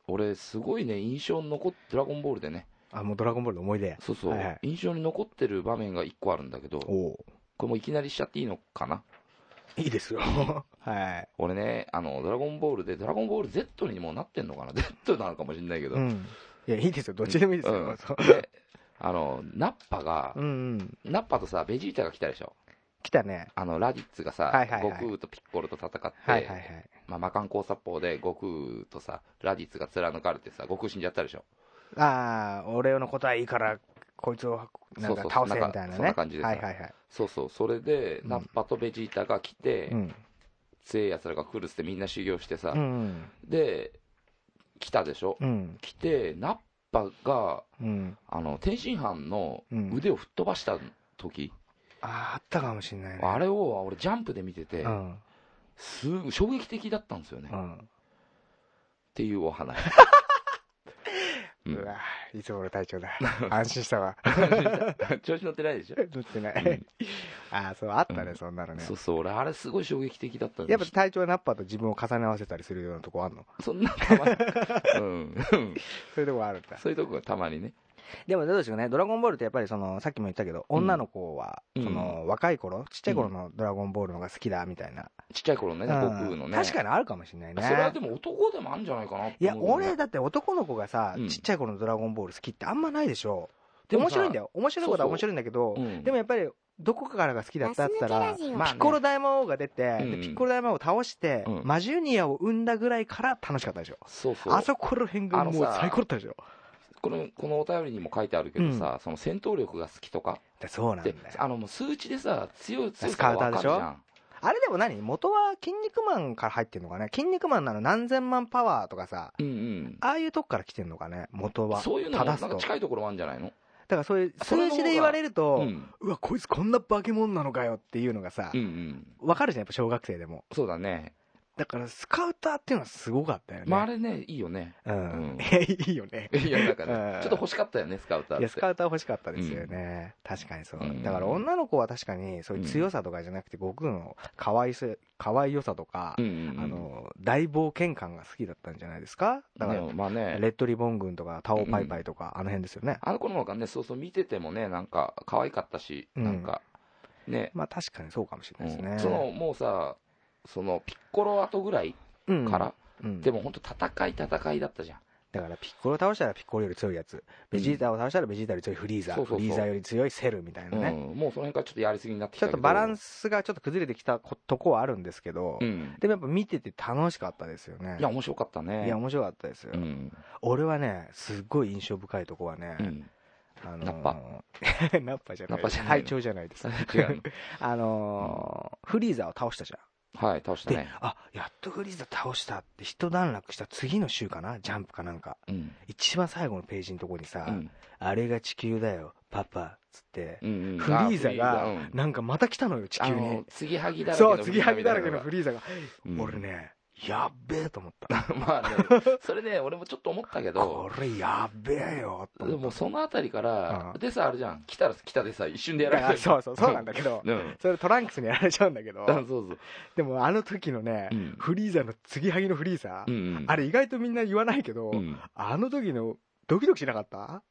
S3: 俺、すごいね、印象に残っドラゴンボールでね、
S4: あ、もうドラゴンボールの思い出。
S3: そうそう、
S4: はいはい
S3: 印象に残ってる場面が1個あるんだけど、こ
S4: おう
S3: れもいきなりしちゃっていいのかない
S4: いですよ。 はい。
S3: 俺ね、あの、ドラゴンボールで、ドラゴンボール Z にもうなってんのかな ?Z なのかもしれないけど、
S4: うん。いや、いいですよ。どっちでもいいです
S3: う
S4: よ
S3: ん。
S4: そう
S3: で、あの、ナッパが
S4: う、んうん。
S3: ナッパとさ、ベジータが来たでしょ。
S4: 来たね。
S3: あの、ラディッツがさ、
S4: はいはいはい
S3: 悟空とピッコロと戦って、
S4: はいはいはい。
S3: まあ、魔漢交殺法で悟空とさ、ラディッツが貫かれてさ、悟空死んじゃったでしょ。
S4: ああ、俺のことはいいから、こいつをなんか
S3: そうそう
S4: 倒せみたいなね。
S3: そんな感じです
S4: はいはいはい。
S3: そうそう、それで、
S4: うん
S3: ナッパとベジータが来て、
S4: うん。
S3: 強い奴らが来るっつってみんな修行してさ、
S4: うん。
S3: で、来たでしょ。
S4: うん。
S3: 来て、ナッパが、
S4: うん。
S3: あの、天津飯の
S4: うん
S3: 腕を吹っ飛ばした時、
S4: ああ、あったかもしれないね。
S3: あれを俺ジャンプで見てて
S4: う、ん。
S3: すごい衝撃的だったんですよね。
S4: うん。
S3: っていうお話。う
S4: うんわいつ頃体 調だ。安心したわ。
S3: 調子乗ってないでしょ
S4: 乗ってな
S3: う
S4: い
S3: ん。
S4: ああ、そう、あった
S3: う
S4: ね、
S3: ん
S4: そんなのね
S3: そ。うそう、俺、あれすごい衝撃的だったん
S4: や
S3: で
S4: っぱ体調ナッパーと自分を重ね合わせたりするようなとこあんの
S3: そんなたまに、うん、
S4: そういうとこあるんだ。
S3: そういうとこがたまにね、
S4: でもどうでしょうね、ドラゴンボールってやっぱりその、さっきも言ったけど、
S3: ん
S4: 女の子は、
S3: うん
S4: その、若い頃、ちっちゃい頃のドラゴンボールの方が好きだ、みたいな。
S3: ちっちゃい頃のね、
S4: うん
S3: 悟空のね、
S4: 確かにあるかもしれないね。
S3: それはでも男でもあるんじゃないかなって
S4: いや、
S3: 思うけどね
S4: 俺、だって男の子がさ
S3: う、ん
S4: ちっちゃい頃のドラゴンボール好きってあんまないでしょ。
S3: でも
S4: 面
S3: さ
S4: 白いんだよ。面白いこと
S3: そ
S4: は
S3: うそう
S4: 面白いんだけど
S3: う、ん
S4: でもやっぱり、どこからが好きだったって言ったら
S5: ガス抜けラジ、オ
S4: まあねピッコロ大魔王が出て、
S3: うんう
S4: で
S3: ん
S4: ピッコロ大魔王を倒して
S3: うん、
S4: マジュニアを生んだぐらいから楽しかったでしょ。
S3: そうそう
S4: あそこら辺がもう
S3: あのさ
S4: 最高だったでしょ。
S3: このこのお便りにも書いてあるけどさ、その戦闘力が好きとか
S4: でそうな
S3: っ
S4: んだ
S3: て
S4: よ。
S3: あのもう数値でさ強い強
S4: ス
S3: さが
S4: カウター
S3: 分かる
S4: でし
S3: じ
S4: ょ
S3: ゃん
S4: あれでも何元は筋肉マンから入ってんのかね筋肉マンなの何千万パワーとかさ、
S3: うんうん
S4: ああいうとこから来てんのかね元は。
S3: そういうのもな
S4: 正
S3: ん
S4: す
S3: か
S4: と。だ
S3: 近いところもあるんじゃないの
S4: からそういう
S3: それの
S4: 数
S3: 方が
S4: 字で言われる
S3: う
S4: と、
S3: ん
S4: うわ、こいつこんな化け物なのかよっていうのがさ
S3: うんう、ん
S4: わかるじゃん、やっぱ小学生でも。
S3: そうだね
S4: だから、スカウターっていうのはすごかったよね。
S3: まああれねいいよね
S4: うん
S3: うん。
S4: いや、いいよね。
S3: いやだから、
S4: うん
S3: ちょっと欲しかったよねスカウターっ
S4: い
S3: て
S4: や、スカウター欲しかったですよね。確かにそう
S3: うん。
S4: だから、女の子は確かに、そういう強さとかじゃなくて、悟空の可愛さ、可愛よさとか
S3: う、んうんうん
S4: あの、大冒険感が好きだったんじゃないですかだか
S3: でもまあね
S4: ら、レッドリボン軍とか、タオパイパイとか、あの辺ですよね。
S3: あの子の方がねそうそう見ててもねなんか可愛かったし、
S4: うん
S3: なんかね
S4: まあ、確かにそうかもしれないですね。
S3: うんそのもうさそのピッコロ後ぐらい
S4: うん
S3: から、、
S4: うん
S3: でも本当戦い戦いだったじゃん
S4: だからピッコロ倒したらピッコロより強いやつベジータを倒したらベジータより強いフリーザ、
S3: そうそうそう
S4: フリーザより強いセルみたいなね、
S3: うん、もうその辺からちょっとやりすぎになってき
S4: ち
S3: た
S4: ょっ
S3: けど
S4: とバランスがちょっと崩れてきたことこはあるんですけど、
S3: うん、
S4: でもやっぱ見てて楽しかったですよね
S3: いや面白かったね
S4: いや面白かったですよ、
S3: うん
S4: 俺はねすっごい印象深いとこはね、
S3: うん、
S4: あのー
S3: ナッパ
S4: ナッパじゃな
S3: ナッ
S4: い
S3: パじゃないの
S4: 隊長じゃないです
S3: 違 うの
S4: あのーフリーザを倒したじゃん
S3: はい倒した
S4: で、
S3: ね、
S4: あやっとフリーザ倒したって一段落した次の週かなジャンプかなんか
S3: うん
S4: 一番最後のページのとこにさ、
S3: うん
S4: あれが地球だよ、パパ、つって
S3: う、んうん、
S4: フリーザが
S3: あフリーザ
S4: なんかまた来たのよ、地球
S3: うん、あの
S4: に。
S3: 継ぎはぎだらけ
S4: そ
S3: の
S4: う、継ぎはぎだらけのフ
S3: フ
S4: リーザが。
S3: リーザみた
S4: 俺
S3: いなのが
S4: ね、やっべえと思った。
S3: うん まあねそれね俺もちょっと思ったけど
S4: これやっべえよ、と
S3: で
S4: 思っ
S3: もそのあたりから、
S4: うん
S3: でさあれじゃん来たら来たでさ一瞬でや
S4: た。
S3: られ
S4: だ
S3: ち
S4: か
S3: ゃう
S4: らそうそう、そうなんだけど、
S3: うん
S4: それトランクスにやられちゃうんだけど
S3: あ、そうそう
S4: でもあの時のね
S3: うん、
S4: フリーザの継ぎはぎのフリーザ
S3: う、んうん
S4: あれ意外とみんな言わないけど
S3: う、ん
S4: あの時のドキドキしなかった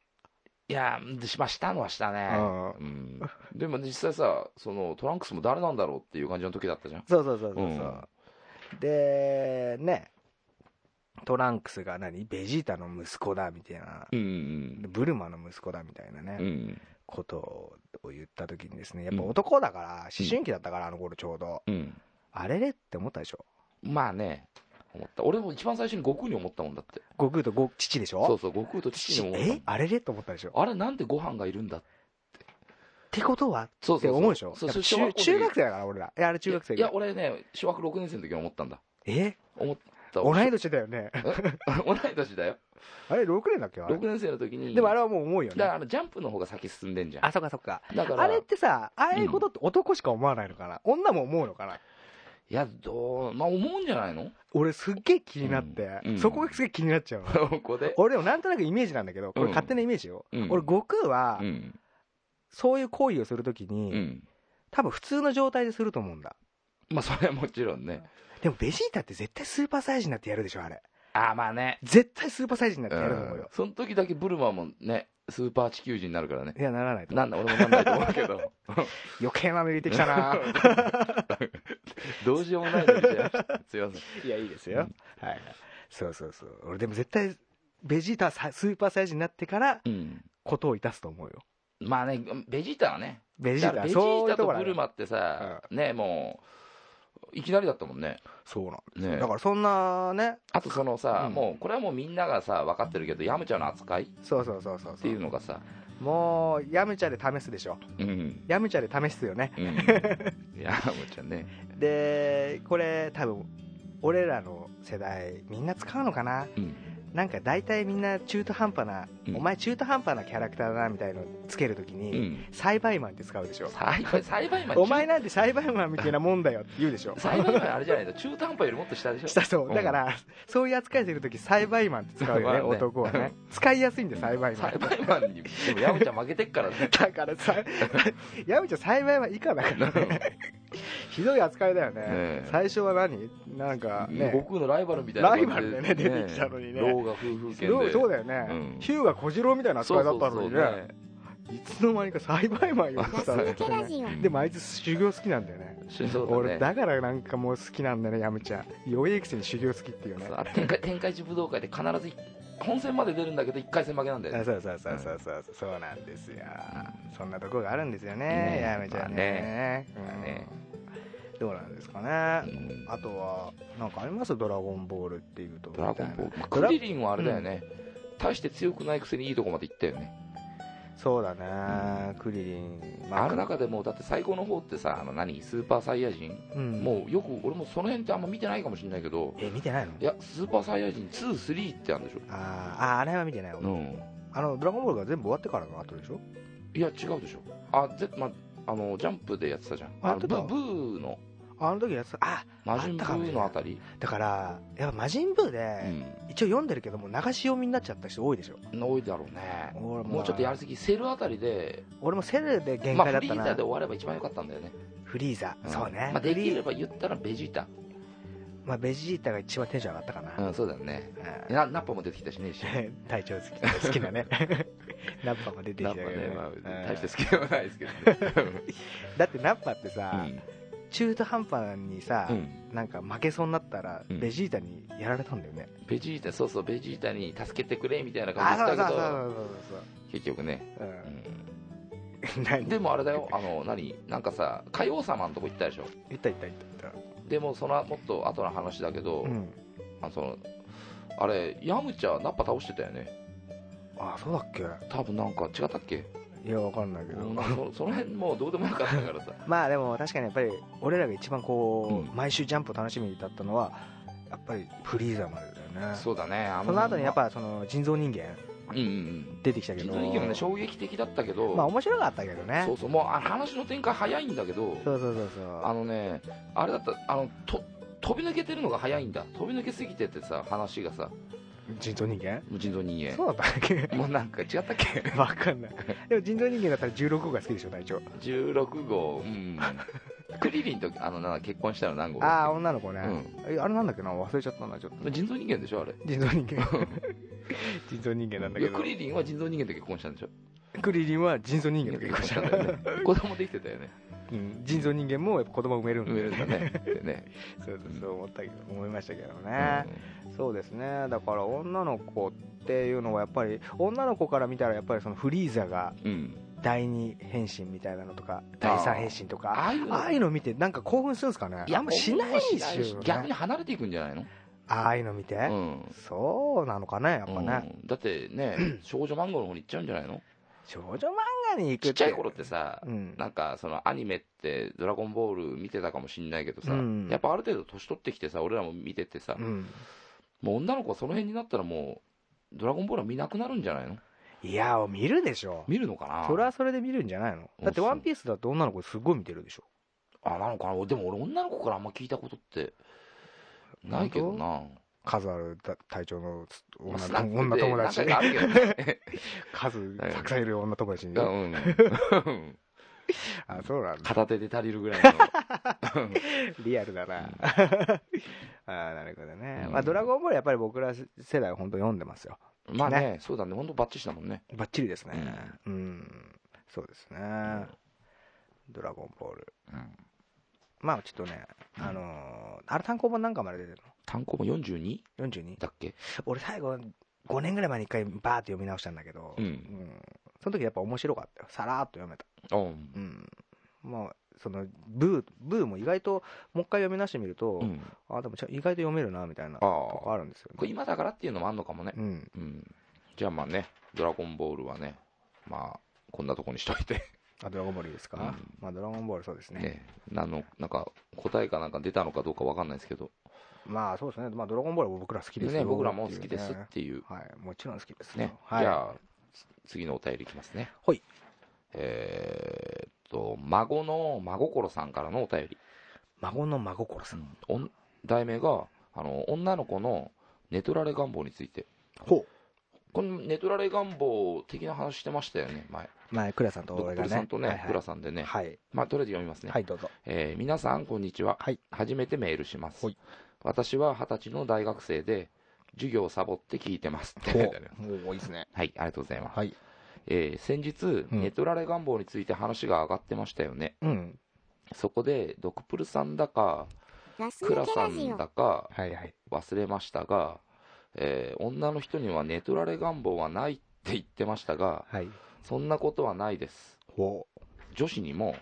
S3: いやしまあしたのはしたね
S4: うん
S3: うんでも実際さそのトランクスも誰なんだろうっていう感じの時だったじゃん
S4: そうそうそうそうそう
S3: うん
S4: で、ね、トランクスが何ベジータの息子だ、みたいな。
S3: うん
S4: ブルマの息子だみたいなね、
S3: うんうん
S4: ことを言った時にですねやっぱ男だから、思春期だったからあの頃ちょうど、
S3: うん
S4: あれれって思ったでしょ
S3: まあね、思った。俺も一番最初に悟空に思ったもんだって。
S4: 悟空とご父でしょ
S3: そうそう、悟空と父
S4: 父
S3: にも思ったも
S4: え
S3: ん。
S4: あれれって思ったでしょっ
S3: あれ、なんでご飯がいるんだ
S4: てことは
S3: そうそ
S4: って
S3: うそう。
S4: 思うでしょ
S3: そう
S4: やっぱ
S3: 小学校の
S4: 中
S3: 時
S4: 中学生だから俺らいやあれ中学生
S3: いや、俺ね、小学6年生の時に思ったんだ。
S4: え
S3: 思った。
S4: 同い
S3: 年。
S4: 年だよね
S3: 同い年だよ。
S4: あれ6年だっけあれ
S3: 6年生の時に。
S4: でもあれはもう思うよ
S3: だから
S4: ね
S3: あの、ジャンプの方が先進んでんじゃん。
S4: あそっかそっか
S3: だから、
S4: あれってさああいうことって男しか思わないのかな、女も思うのかない
S3: や、どう、まあ思うんじゃないの
S4: 俺すっげえ気になって、
S3: うんうん
S4: そこがすげえ気になっちゃうの
S3: ここで。
S4: 俺でもなんとなくイメージなんだけどこれ勝手なイメージよ、
S3: うん
S4: 俺悟空は
S3: うん。
S4: そういう行為をするときに、
S3: うん。
S4: 多分普通の状態ですると思うんだ
S3: まあ、それはもちろんね。
S4: でもベジータって絶対スーパーサイズになってやるでしょあれ
S3: ああ、まあね。
S4: 絶対スーパーサイズになっ
S3: う
S4: てやると思うんよ、。
S3: その時だけブルマもね、スーパー地球人になるからね。
S4: いやならないと
S3: なんだ、俺もなんないと思うけど。
S4: 余計なの入れてき たな
S3: どうしようもないのにじゃあすいません。
S4: いやいいですよ、はいはいそうそうそう俺でも絶対ベジータはさスーパーサイズになってから
S3: うん。
S4: ことをいたすと思うよ
S3: まあね、ベジータはね。
S4: ベ
S3: ベ
S4: ジータは
S3: ベジ
S4: そうい
S3: ータ
S4: うと
S3: と
S4: ころ
S3: ブルマってさ、ね、もう、いきなりだったもんね。
S4: そうなんですよ
S3: ね
S4: だからそんなね
S3: あとそのさ、
S4: うん
S3: もう、これはもうみんながさ、分かってるけど、ヤムチャの扱いっ
S4: そうそうそうそう
S3: て
S4: そ
S3: いう
S4: う
S3: のがさ、
S4: もうヤムチャで試すでしょ
S3: うん。
S4: ヤムチャで試すよね
S3: うん。ヤムチャね。
S4: でこれ多分俺らの世代みんな使うのかな
S3: うん。
S4: なんか大体みんな中途半端な、
S3: うん
S4: お前中途半端なキャラクターだなみたいのつけるとき
S3: う
S4: に、
S3: ん、
S4: 栽培マンって使うでしょ
S3: 栽培栽培マン
S4: お前なんて栽培マンみたいなもんだよって言うでしょ
S3: 栽培マンあれじゃないと中途半端よりもっと下でしょ
S4: した そう
S3: うん
S4: だから、そういう扱いするとき栽培マンって使うよね
S3: まあね
S4: 男 はね使いやすいんで栽培マン
S3: 栽培マンにでもヤムちゃん負けてっからね
S4: だからさ やめちゃん栽培マン以下だからひどい扱いだよね
S3: え
S4: 最初は何なんかね
S3: 悟空のライバルみたいな感じ
S4: ライバルでね出てきたのにね
S3: 老が夫婦
S4: そ
S3: 圏で
S4: うそうだよね、
S3: うん
S4: ヒューが小次郎みたいな扱いだったのにね
S3: そうそうそう
S4: いつの間にか栽培マンよってた
S5: ガス抜けラジオ
S4: でもあいつ修行好きなんだよね
S3: そうだね
S4: 俺だからなんかもう好きなんだよねやむちゃん弱いくせに修行好きっていうね
S3: そうあれ天下天下一武道会で必ず本戦まで出るんだけど1回戦負けなんだよ
S4: あ
S3: ね
S4: そうそうそうそうそうそうなんですよ、そんなとこがあるんですよね
S3: ね
S4: やめちゃんね,うん、
S3: まあね
S4: どうなんですか
S3: う
S4: ね、
S3: ん
S4: あとはなんかありますドラゴンボールっていうと
S3: ドラゴンボール、まあ
S4: ドラ
S3: クリリンはあれだよね、大して強くないくせにいいとこまで行ったよね、
S4: そうだね、クリリン、ま
S3: あの中でもうだって最高の方ってさあの何スーパーサイヤ人、
S4: うん、
S3: もうよく俺もその辺ってあんま見てないかもしれないけど
S4: え見てないの
S3: いやスーパーサイヤ人23ってあるんでしょ
S4: あーあーあれは見てないわ、
S3: うん
S4: あのドラゴンボールが全部終わってからの後でしょ
S3: いや違うでしょあぜ、ま、あのジャンプでやってたじゃんあ
S4: あや
S3: の
S4: って
S3: ブ
S4: た
S3: ーブーの
S4: あの時やつあ
S3: 魔人ブーのあたり
S4: だからやっぱ魔人ブーで、一応読んでるけども流し読みになっちゃった人多いでしょ
S3: うん多いだろうね
S4: 俺
S3: もうちょっとやりすぎセルあたりで、
S4: 俺もセルで限
S3: まあ、
S4: 界だ
S3: フリ
S4: った
S3: ー
S4: な、
S3: ザで終われば一番良かったんだよね、
S4: フリーザ
S3: ん
S4: そうね、
S3: まあ、で
S4: フ
S3: き
S4: リー
S3: れば言ったらベジータ
S4: まあ、ベジータが一番テンション上がったかな、
S3: うんそうだよね
S4: うん
S3: なナッパも出てきたしね 一緒に
S4: 隊長好き好きなね ナッパも出てき
S3: ナ
S4: た
S3: ッパ
S4: けどね
S3: ね、ま
S4: うん
S3: あ、大して好きではないですけどね、
S4: だってナッパって
S3: う
S4: さ、
S3: ん
S4: 中途半端にさ、
S3: うん
S4: なんか負けそうになったら、
S3: うん
S4: ベジータにやられたんだよね、
S3: ベジータそうそうベジータに助けてくれみたいな
S4: あ
S3: 感じ
S4: そう
S3: だ
S4: そう
S3: ったけ
S4: そう
S3: ど
S4: そう
S3: 結局ね、
S4: そう
S3: う
S4: うんん何
S3: でもあれだよあの何なんかさ海王様のとこ行ったでしょ
S4: 言った言った言った言っ
S3: でもそのもっと後の話だけど、
S4: た うん
S3: あのそのあれヤムチャナッパ倒してたよね
S4: あそうだっけ
S3: 多分なんか違ったっけ
S4: いやわかんないけど
S3: うんなんかそその辺もうどうでもよかったからさ
S4: まあでも確かにやっぱり俺らが一番こう、
S3: うん
S4: 毎週ジャンプを楽しみだったのはやっぱりフリーザまでだよね
S3: そうだねあ
S4: その後にやっ
S3: ぱ
S4: ぱその人造人間
S3: うんうんうん
S4: 出てきたけ
S3: 人
S4: ど
S3: 造人間もね衝撃的だったけど、
S4: まあ面白かったけどね
S3: そうそうもうあ話の展開早いんだけど
S4: そうそうそうそう
S3: あのねあれだったあのと飛び抜けてるのが早いんだ飛び抜けすぎててさ話がさ
S4: 人造人間
S3: 無人造人
S4: そう
S3: 間
S4: だったっけ
S3: もうなんか違ったっけ
S4: わかんないでも人造人間だったら16号が好きでしょ隊長
S3: 16号うんクリリンとあのな結婚したの何号
S4: ああ
S3: だっ
S4: 女の子ね、えあれなんだっけな忘れちゃったなちょっ
S3: け
S4: と
S3: 人造人間でしょあれ
S4: 人造人間 人造人間なんだ
S3: い
S4: け
S3: や
S4: ど
S3: クリリンは人造人間と結婚したんでしょ
S4: クリリンは人造人間の結婚したんだよね、
S3: 子供できてたよね
S4: うん、人造人間もやっぱ子供産めるんだ
S3: 産めるんだねってね、
S4: そうそうそう思ったけど思いましたけどね、そうですねだから女の子っていうのはやっぱり女の子から見たらやっぱりそのフリーザが
S3: うんうん
S4: 第二変身みたいなのとか第三変身とか
S3: ああいうの
S4: ああいうの見てなんか興奮するんですかねあんましないんですよ、
S3: 逆
S4: ね
S3: に、離れていくんじゃないの
S4: ああいうの見て、
S3: うん
S4: そうなのかねやっぱね、
S3: うんだってね少女漫画の方に行っちゃうんじゃないの
S4: 少女漫画に行く
S3: ち
S4: っ
S3: ってちゃい頃ってさ、
S4: うん
S3: なんかそのアニメって「ドラゴンボール」見てたかもしんないけどさ、
S4: うん
S3: やっぱある程度年取ってきてさ俺らも見ててさ、
S4: うん
S3: もう女の子はその辺になったらもう「ドラゴンボール」は見なくなるんじゃないの
S4: いや見るでしょ
S3: 見るのかな
S4: それはそれで見るんじゃないのだって「ワンピースだって女の子すごい見てるでしょ
S3: あなのかなでも俺女の子からあんま聞いたことってないけどな
S4: 数あるだ隊長のつ女
S3: スナックで
S4: 女友達
S3: なんかあるけど ね
S4: 数
S3: はい
S4: たくさんいる女友達に、
S3: う
S4: あ
S3: んうん
S4: そうなんだ
S3: 片手で足りるぐらい の
S4: リアルだな、ああなるほどね、
S3: うん
S4: まあ、ドラゴンボールやっぱり僕ら世代は本当読んでますよ
S3: まあねそうだね本当バッチリしたもんね
S4: バッチリですねうん、そうですね、ドラゴンボールまあちょっとねあのーあれ単行本なんかまで出てる
S3: 単行本 42?
S4: の 42?
S3: だっけ
S4: 俺最後5年ぐらい前に一回バーって読み直したんだけど、
S3: うん
S4: その時やっぱ面白かったよさらーっと読めた
S3: うん
S4: うんまあそのブーブーも意外ともう一回読み直してみると、
S3: うん
S4: あでもちゃ意外と読めるなみたいな
S3: あ
S4: とこ
S3: あ
S4: あるんですよ
S3: こ
S4: ね
S3: れ今だからっていうのもあんのかもね
S4: うん、
S3: うんじゃあまあね「ドラゴンボール」はねまあこんなとこにしといて
S4: あドラゴンボールですか、
S3: うん
S4: まあ、ドラゴンボールそうですね
S3: ねなのなんか答えかなんか出たのかどうかわかんないですけど
S4: まあそうですね、まあ、ドラゴンボールは僕ら好きですよ
S3: ね、僕らも好きですっ
S4: ね
S3: ていう。
S4: はい、もちろん好きですよ
S3: ね。
S4: はい、
S3: じゃあ、つ次のお便りいきますね。
S4: ほい
S3: えーっと、孫の真心さんからのお便り。
S4: 孫の真心さん、
S3: おん題名が、あの、女の子の寝取られ願望について。
S4: ほう
S3: この寝取られ願望的な話してましたよね、前。
S4: 前倉さんと
S3: ド
S4: 俺
S3: ッ
S4: が
S3: グ
S4: ね
S3: ルさんと
S4: は
S3: ね
S4: い、は
S3: ク
S4: い
S3: ラさんでね。
S4: はい、
S3: まあ、とりあえず読みますね。
S4: はい、どうぞ
S3: えー皆さん、こんにちは。
S4: はい
S3: 初めてメールします。
S4: はい
S3: 私は二十歳の大学生で、授業をサボって聞いてます。って書 いてある
S4: おもういいですね
S3: はい、ありがとうございます。
S4: はい
S3: えー先日、
S4: うん
S3: ネトラレ願望について話が上がってましたよね。
S4: うん
S3: そこで、ドクプルさんだか、
S5: ガス
S3: クラ
S5: 抜け
S3: さ
S5: ラジ
S3: ん
S5: オ。
S3: だか、
S4: はいはい
S3: 忘れましたが、えー女の人にはネトラレ願望はないって言ってましたが、
S4: はい
S3: そんなことはないです。
S4: ほう
S3: 女子にも、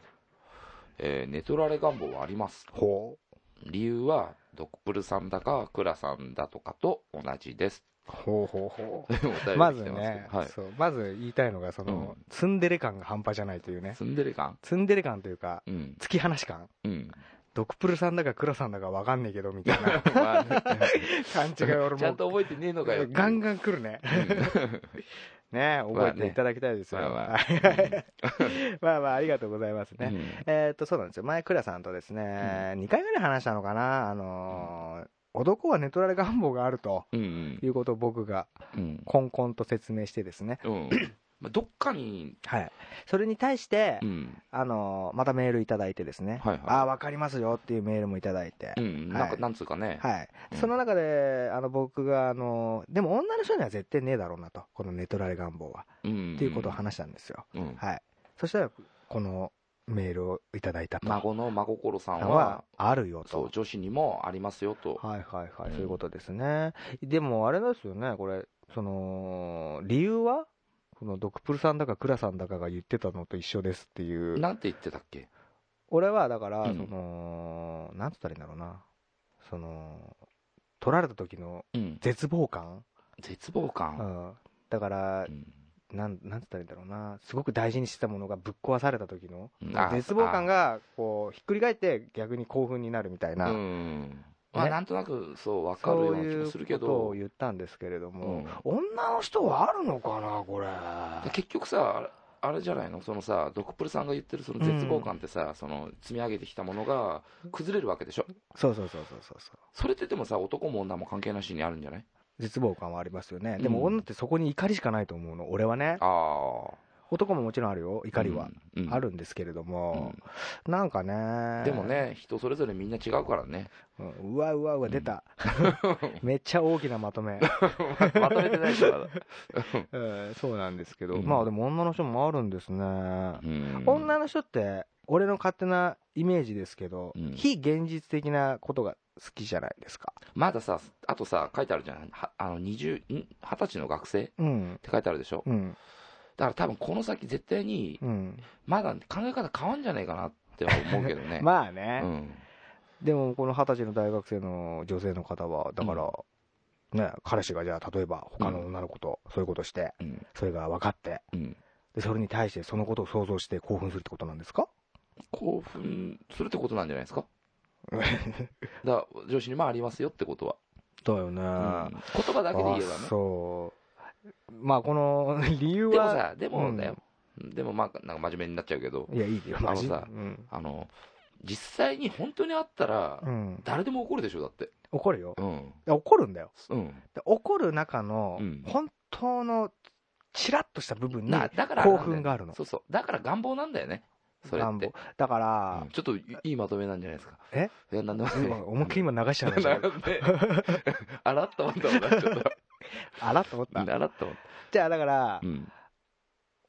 S3: えーネトラレ願望はあります。
S4: ほ
S3: 理由は、ドクプルさんだか、クラさんだとかと同じです。
S4: うほうほうほう
S3: お便り来てま
S4: まず
S3: すけど
S4: ね、
S3: はい。
S4: そうまず言いたいのがその、ツンデレ感が半端じゃないというね
S3: ツンデレ感
S4: ツンデレ感というか
S3: うん。
S4: 突き放し感
S3: うん。
S4: ドクプルさんだかクラさんだか分かんねえけどみたいな
S3: まあね
S4: 勘 違い俺も
S3: ちゃんと覚えてねえのかよ。
S4: ガンガン来るね
S3: うん
S4: ね覚えていただきたいですよ、
S3: まあね
S4: はいまあまあありがとうございます ね、えーっとそうなんですよ前倉さんとですね、2回ぐらい話したのかなあのー男は寝取られ願望があると
S3: うんうん
S4: いうことを僕が
S3: うん
S4: こんこんと説明してですね
S3: うんまあどっかに、
S4: はいそれに対して、
S3: うん、
S4: あのーまたメールいただいてですね、
S3: はいはい
S4: ああ分かりますよっていうメールもいただいて、
S3: うん、なん
S4: は
S3: か、
S4: い
S3: なんつうかね、
S4: はい、
S3: うん
S4: その中であの僕があのーでも女の人には絶対ねえだろうなとこの寝取られ願望は
S3: うん
S4: っていうことを話したんですよ、
S3: うん
S4: はい、そしたらこのメールをいただいたと
S3: 孫の真心さん
S4: は
S3: は、
S4: あるよ
S3: そう
S4: と、
S3: 女子にもありますよと、
S4: はいはいは
S3: う
S4: い
S3: ん
S4: そういうことですねでもあれですよねこれその理由はこのドクプルさんだかクラさんだかが言ってたのと一緒ですっていう
S3: なんて言ってたっけ、
S4: 俺はだから
S3: う
S4: そ
S3: ん
S4: の、なんつったらいいんだろうなその取られた時の
S3: うん、
S4: 絶望感、
S3: 絶望
S4: う
S3: 感、
S4: ん、だから
S3: うん
S4: なんなんつったらいいんだろうなすごく大事にしてたものがぶっ壊された時の
S3: うんあ
S4: 絶望感がこうひっくり返って逆に興奮になるみたいな、
S3: うんまあ、
S4: ね
S3: なんとなくそう分かるよ
S4: そう
S3: うな気
S4: い
S3: も
S4: う
S3: するけ
S4: ことを
S3: ど、
S4: 言ったんですけれど
S3: う
S4: も、
S3: ん
S4: 女の人はあるのかなこれ
S3: 結局さ、あれあれじゃないの、そのさ、ドクプルさんが言ってるその絶望感ってさ、その積み上げてきたものが崩れるわけでしょ、
S4: そうそうそうそうそうそう
S3: それってでもさ、男も女も関係なしにあるんじゃない
S4: 絶望感はありますよねでも
S3: うん
S4: 女ってそこに怒りしかないと思うの俺はね
S3: ああ、
S4: 男ももちろんあるよ怒りは、
S3: うん、うん
S4: あるんですけれども
S3: う、
S4: なんか
S3: ん
S4: ね
S3: でも、ね、人それぞれみんな違うからね、
S4: うんうわうわうわ出た、 めっちゃ大きなまとめ、
S3: まとめてないから、
S4: うんそうなんですけど、
S3: うん
S4: まあでも女の人もあるんですね、
S3: うん
S4: 女の人って俺の勝手なイメージですけど、
S3: うん
S4: 非現実的なことが好きじゃないですか
S3: まださ、あとさ、書いてあるじゃない、はあの20ん20歳の学生っ
S4: うん
S3: て書いてあるでしょ、
S4: うん
S3: だから多分この先、絶対に、
S4: うん
S3: まだ考え方変わんじゃないかなっては思うけどね。
S4: まあ
S3: あ
S4: ね、
S3: うん
S4: でもこの二十歳の大学生の女性の方はだから、ね彼氏がじゃあ例えば他の女の子とそういうことして、
S3: うん
S4: それが分かって
S3: うん
S4: でそれに対してそのことを想像して興奮するってことなんですか
S3: 興奮するってことなんじゃないですか だから女子にもありますよってことは、
S4: だよね、
S3: うん言葉だけで言えばね
S4: そうまあこの 理由
S3: でも
S4: は
S3: さでもだよ、でもまあなんか真面目になっちゃうけど
S4: いやいいよ
S3: あの
S4: マジ
S3: さ
S4: うん、
S3: あの実際に本当にあったら
S4: うん、
S3: 誰でも怒るでしょだって
S4: 怒るよ
S3: うん
S4: いや怒るんだよ
S3: うん
S4: で怒る中の
S3: うん
S4: 本当のちらっとした部分に
S3: なだから
S4: 興奮があるの
S3: そうそうだから願望なんだよねそれっ
S4: 願
S3: て
S4: 望だか
S3: う
S4: ら
S3: ん、ちょっといいいまとめなんじゃないですか
S4: え
S3: いやなんでもない
S4: 今思いっきり今流しちゃいました
S3: な
S4: けど
S3: んであらったもんだもんなちょっと
S4: あらと思った
S3: あらったもん
S4: じゃあだから
S3: うん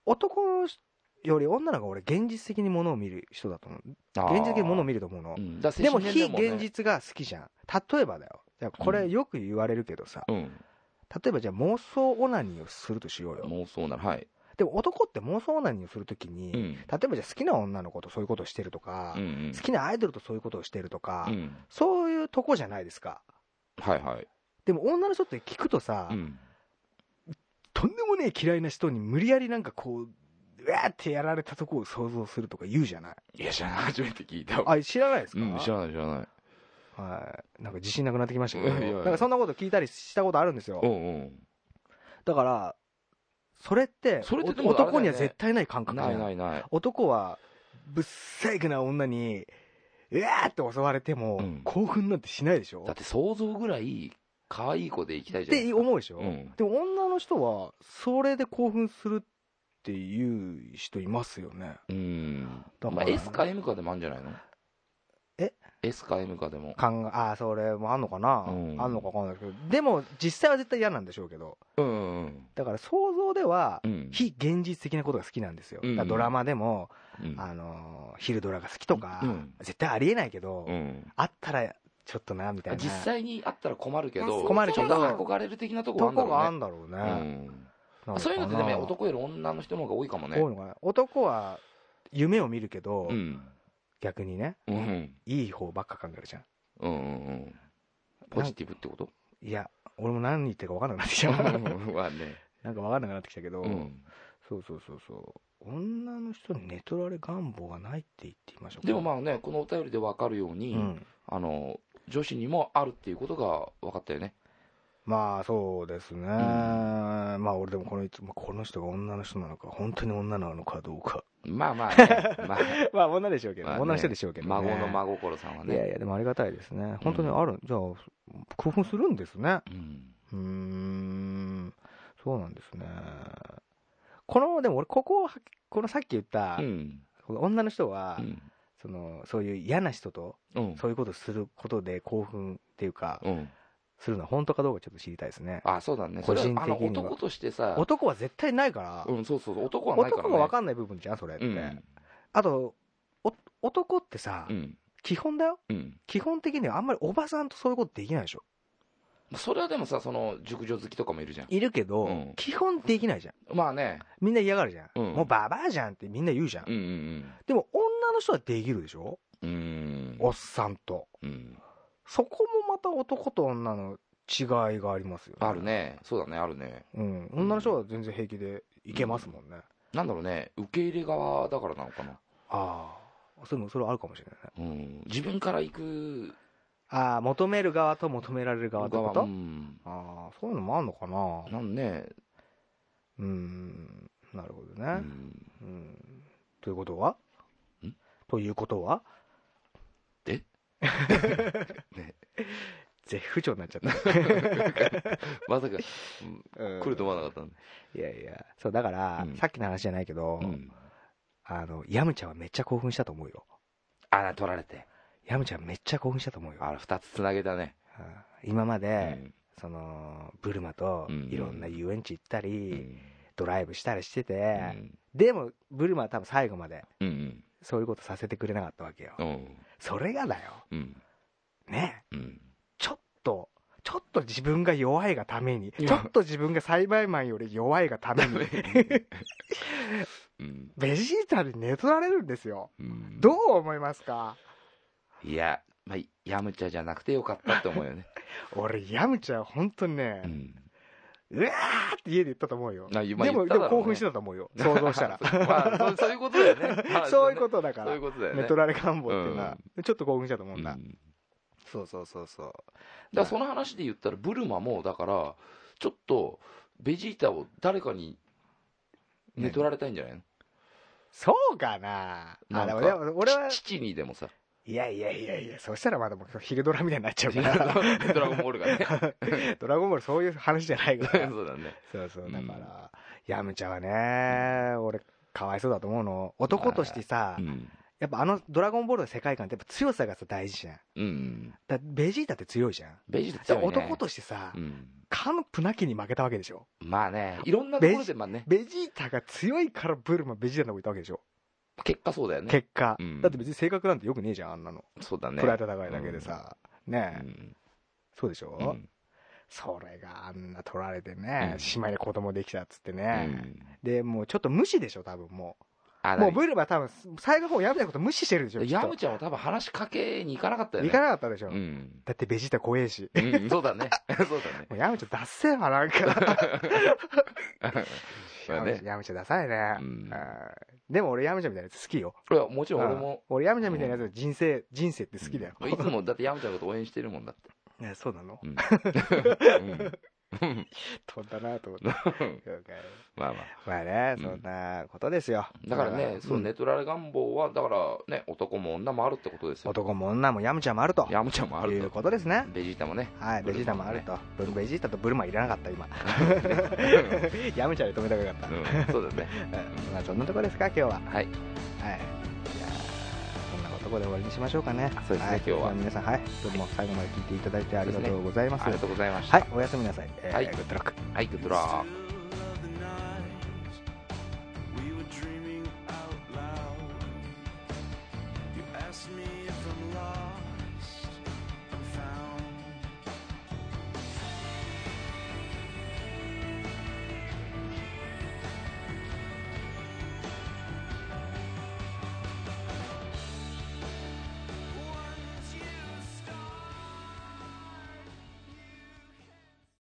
S4: 男の人より女の子が俺現実的にものを見る人だと思う現実的にものを見ると思うの
S3: うんだから
S4: で
S3: 青
S4: も
S3: 春
S4: 非
S3: 年代ね
S4: 現実が好きじゃん例えばだよじゃあこれよく言われるけどさ
S3: うん
S4: 例えばじゃあ妄想オナニーをするとしようよ
S3: 妄想ならはい
S4: でも男って妄想オナニーをするときに
S3: う
S4: 例
S3: ん
S4: えばじゃあ好きな女の子とそういうことをしてるとか
S3: うんうん
S4: 好きなアイドルとそういうことをしてるとか、
S3: うん
S4: そういうとこじゃないですか。
S3: はいはい
S4: でも女の人って聞くとさ、
S3: うん
S4: とんでもねえ嫌いな人に無理やりなんかこう、うわーってやられたとこを想像するとか言うじゃない。
S3: いや知らない初めて聞いたわ
S4: あ、知らないですか、
S3: うん知らない知らない
S4: はい、なんか自信なくなってきましたけど、
S3: いやいや
S4: なんかそんなこと聞いたりしたことあるんですよ
S3: う。ん
S4: だから、それって、
S3: それってでもあれだよね
S4: 男には絶対ない感
S3: うん
S4: 覚
S3: ない
S4: じゃん
S3: ないない
S4: 男は、ぶっ細工な女に、うわーって襲われても、
S3: うん
S4: 興奮なんてしないでしょ
S3: だって想像ぐらい可愛い子で行きたい
S4: っ
S3: じゃないで
S4: て
S3: すか
S4: 思うでしょ、
S3: うん
S4: でも女の人は、それで興奮するっていう人いますよね。
S3: うん
S4: だから
S3: まあ S か M かでもあるんじゃないの
S4: え
S3: ?S か M かでも
S4: 考えああ、それもあんのかな、
S3: うん
S4: あんのかわかんないけど、でも実際は絶対嫌なんでしょうけど、
S3: うんうん
S4: だから想像では、
S3: うん
S4: 非現実的なことが好きなんですよ。
S3: うん
S4: だからドラマでも、
S3: うん
S4: あのー昼ドラが好きとか、
S3: うん
S4: 絶対ありえないけど、
S3: うん
S4: あったらちょっとな、みたいな。
S3: 実際にあったら困るけど
S4: 困るけど
S3: ちょっと憧れる的なとこ
S4: ど
S3: はあるんだ
S4: こ
S3: ろ
S4: があ
S3: うん
S4: だろうね。
S3: ねう
S4: な
S3: ん
S4: か
S3: そういうのってでもね
S4: な
S3: 男より女の人の方が多いかもね
S4: 多いのかな男は夢を見るけど、
S3: うん
S4: 逆にね、
S3: うんうん
S4: いい方ばっか考えるじゃん。
S3: うんうんポジティブってこと
S4: いや、俺も何言ってるか分かんなくなってきた。
S3: はね
S4: なんか分かんなくなってきたけど、
S3: うん
S4: そうそうそうそう。女の人に寝取られ願望がないって言っていましょうか。
S3: でもまあねこのお便りで分かるよう
S4: う
S3: に、
S4: ん。
S3: あの女子にもあるっていうことが分かったよね
S4: まあそうですね。まあ俺でもこの人、まあこの人が女の人なのか、本当に女なのかどうか。
S3: まあまあ、ね、まあ
S4: まあ女でしょうけど、
S3: まあね
S4: 女の人でしょうけど、ね。
S3: 孫の真心さんはい
S4: や
S3: ね
S4: いや、でもありがたいですね。本当にある、じゃあ、興奮するんですね。
S3: うん
S4: うーん、そうなんですね。この、でも俺、ここをは、このさっき言った
S3: う、ん
S4: この女の人は、
S3: うん
S4: その、そういう嫌な人と、
S3: うん
S4: そういうことをすることで興奮っていうか、
S3: うん
S4: するのは本当かどうかちょっと知りたいですね。
S3: あそうだねそれは
S4: 個人的
S3: あの
S4: には
S3: 男としてさ
S4: 男は絶対ないから、
S3: うんそうそうそう男はないから、ね、
S4: 男が分かんない部分じゃん、それって。あと、お男ってさ、
S3: うんうん
S4: 基本だよ。
S3: うん
S4: 基本的にはあんまりおばさんとそういうことできないでしょ。
S3: それはでもさその熟女好きとかもいるじゃん
S4: いるけど、
S3: うん
S4: 基本できないじゃん。
S3: まあね
S4: みんな嫌がるじゃん。
S3: うん
S4: もうババアじゃんってみんな言うじゃん。
S3: うんうん
S4: でも女の人はできるでしょ
S3: うんうん
S4: おっさんと。
S3: うん
S4: そこもまた男と女の違いがありますよ、
S3: ある。ねそうだねあるね
S4: うん。女の人は全然平気でいけますもんね。
S3: なんだろうね受け入れ側だからなのかな、
S4: ああ。それも、それはあるかもしれないね。
S3: うん、自分から行く
S4: ああ、求める側と求められる側ってこと、
S3: うん
S4: ああ、そういうのもあんのかな
S3: なんね、
S4: うん。なるほど
S3: う
S4: ね。
S3: ん
S4: うん。ということは
S3: ん
S4: ということは
S3: え ね
S4: ね絶不調になっちゃった。
S3: まさか
S4: 来
S3: 来ると思わなかったんで、
S4: いやいや、そう、だから、
S3: うん
S4: さっきの話じゃないけど、
S3: うん、
S4: あの、ヤムチャはめっちゃ興奮したと思うよ。
S3: あら取られて
S4: ヤムチャはめっちゃ興奮したと思うよ。
S3: あら2つつなげたね、
S4: うん今まで、
S3: うん
S4: その、ブルマと
S3: うん
S4: いろんな遊園地行ったり、
S3: うん
S4: ドライブしたりしてて、
S3: うん
S4: でも、ブルマは多分最後まで、
S3: うん
S4: そういうことさせてくれなかったわけよ。
S3: うん
S4: それがだよ。
S3: うん
S4: ね。
S3: うん
S4: ちょっと、ちょっと自分が弱いがために、
S3: いや
S4: ちょっと自分が栽培マンより弱いがために、
S3: うん
S4: ベジータに寝取られるんですよ。
S3: うん
S4: どう思いますか
S3: いや、まあ、ヤムチャじゃなくてよかったって思うよね、
S4: 俺、ヤムチャは本当にね
S3: う、ん、
S4: うわーって家で言ったと思うよ。
S3: あ
S4: で
S3: 今言
S4: も、
S3: った
S4: で
S3: だろうね。
S4: も興奮してたと思うよ。想像したら
S3: まあ、そうそういうことだよ ねまあ
S4: そういうことだか
S3: そうい
S4: ら
S3: う。ことだよね
S4: 寝取られ願望っていうのは、ちょっと興奮したと思うんだ。
S3: うんだか
S4: そうそうそうそう。
S3: らその話で言ったらブルマもだからちょっとベジータを誰かに寝取られたいんじゃないの
S4: そうかな
S3: な
S4: あ、
S3: ん
S4: で
S3: か
S4: もでも俺は、
S3: ち父にでも さ
S4: いやいやいやいや、そしたらまだもうヒゲドラみたいになっちゃう
S3: ド
S4: から。
S3: ラゴンボールがね
S4: ドラゴンボールそういう話じゃないか ら。
S3: そうだね
S4: そうそうう、
S3: ん
S4: だから、ヤムチャはね、俺、かわいそうだと思うの。男としてさ
S3: う、ん
S4: やっぱあのドラゴンボールの世界観ってやっぱ強さがさ大事じゃん。
S3: うん
S4: だベジータって強いじゃん。
S3: ベジータ
S4: で
S3: 強いね
S4: 男としてさ
S3: う、ん
S4: 完プナキに負けたわけでしょ。
S3: まあねいろんなところでまあね
S4: ベジータが強いからブルマ、ベジータのとこ行ったわけでしょ。
S3: 結果そうだよね
S4: 結果
S3: う。ん
S4: だって別に性格なんてよくねえじゃん、あんなの。
S3: そうだね
S4: プライド高いだけでさ。ね
S3: う
S4: え、
S3: ん
S4: そうでし
S3: う
S4: ょ
S3: ん
S4: それがあんな取られて
S3: う
S4: ね
S3: ん、
S4: 姉妹で子供できたっつって
S3: う
S4: ね。
S3: ん
S4: で、もうちょっと無視でしょ、多分も
S3: あ
S4: う。
S3: だ
S4: もうブルマ多分、最後の方やめたこと無視してるでしょ。きっと
S3: ヤムちゃんは多分話しかけに行かなかったよね
S4: 行かなかったでしょ
S3: う。ん
S4: だってベジータ怖えし。
S3: うんそうだね そうだね
S4: もうやめちゃダッセーわ、なんか。
S3: まあね
S4: やめちゃダサいね。
S3: うん
S4: あーでも俺ヤムちゃんみたいなやつ好きよ。
S3: いや、もちろん俺も、
S4: うん俺ヤムちゃんみたいなやつは人生、人生って好きだよ。
S3: うん いつも、だって、ヤムちゃんのこと応援してるもんだって。
S4: ね、そうなの
S3: うんうん
S4: 飛んだなと思って。了解
S3: まあまあ。
S4: まあね
S3: う、ん
S4: そんなことですよ。
S3: だからね、そう、
S4: ん
S3: ネトラル願望は、だからね、男も女もあるってことですよ。
S4: 男も女もヤムちゃんもあると。
S3: ヤムちゃんもある
S4: いうことですね
S3: ベジータも ね。
S4: はい、ベジータもあると。ブルベジータとブルマいらなかった、今。 ヤムちゃんで止めたくなかっ
S3: うん、そうだね。
S4: た。うんまあ、そんなとこですか、今日は。はい。
S3: はい。
S4: じゃあ、そんなとこで終わりにしましょうかね。
S3: そうですね
S4: はい
S3: 今日は
S4: じゃあ皆さん、はい、今日も最後まで聞いていただいてありがとうございま
S3: あ
S4: す
S3: り。がとうございました。
S4: はい、おやすみなさい。えー
S3: はい
S4: グッドラック。
S3: はい、グッドラック。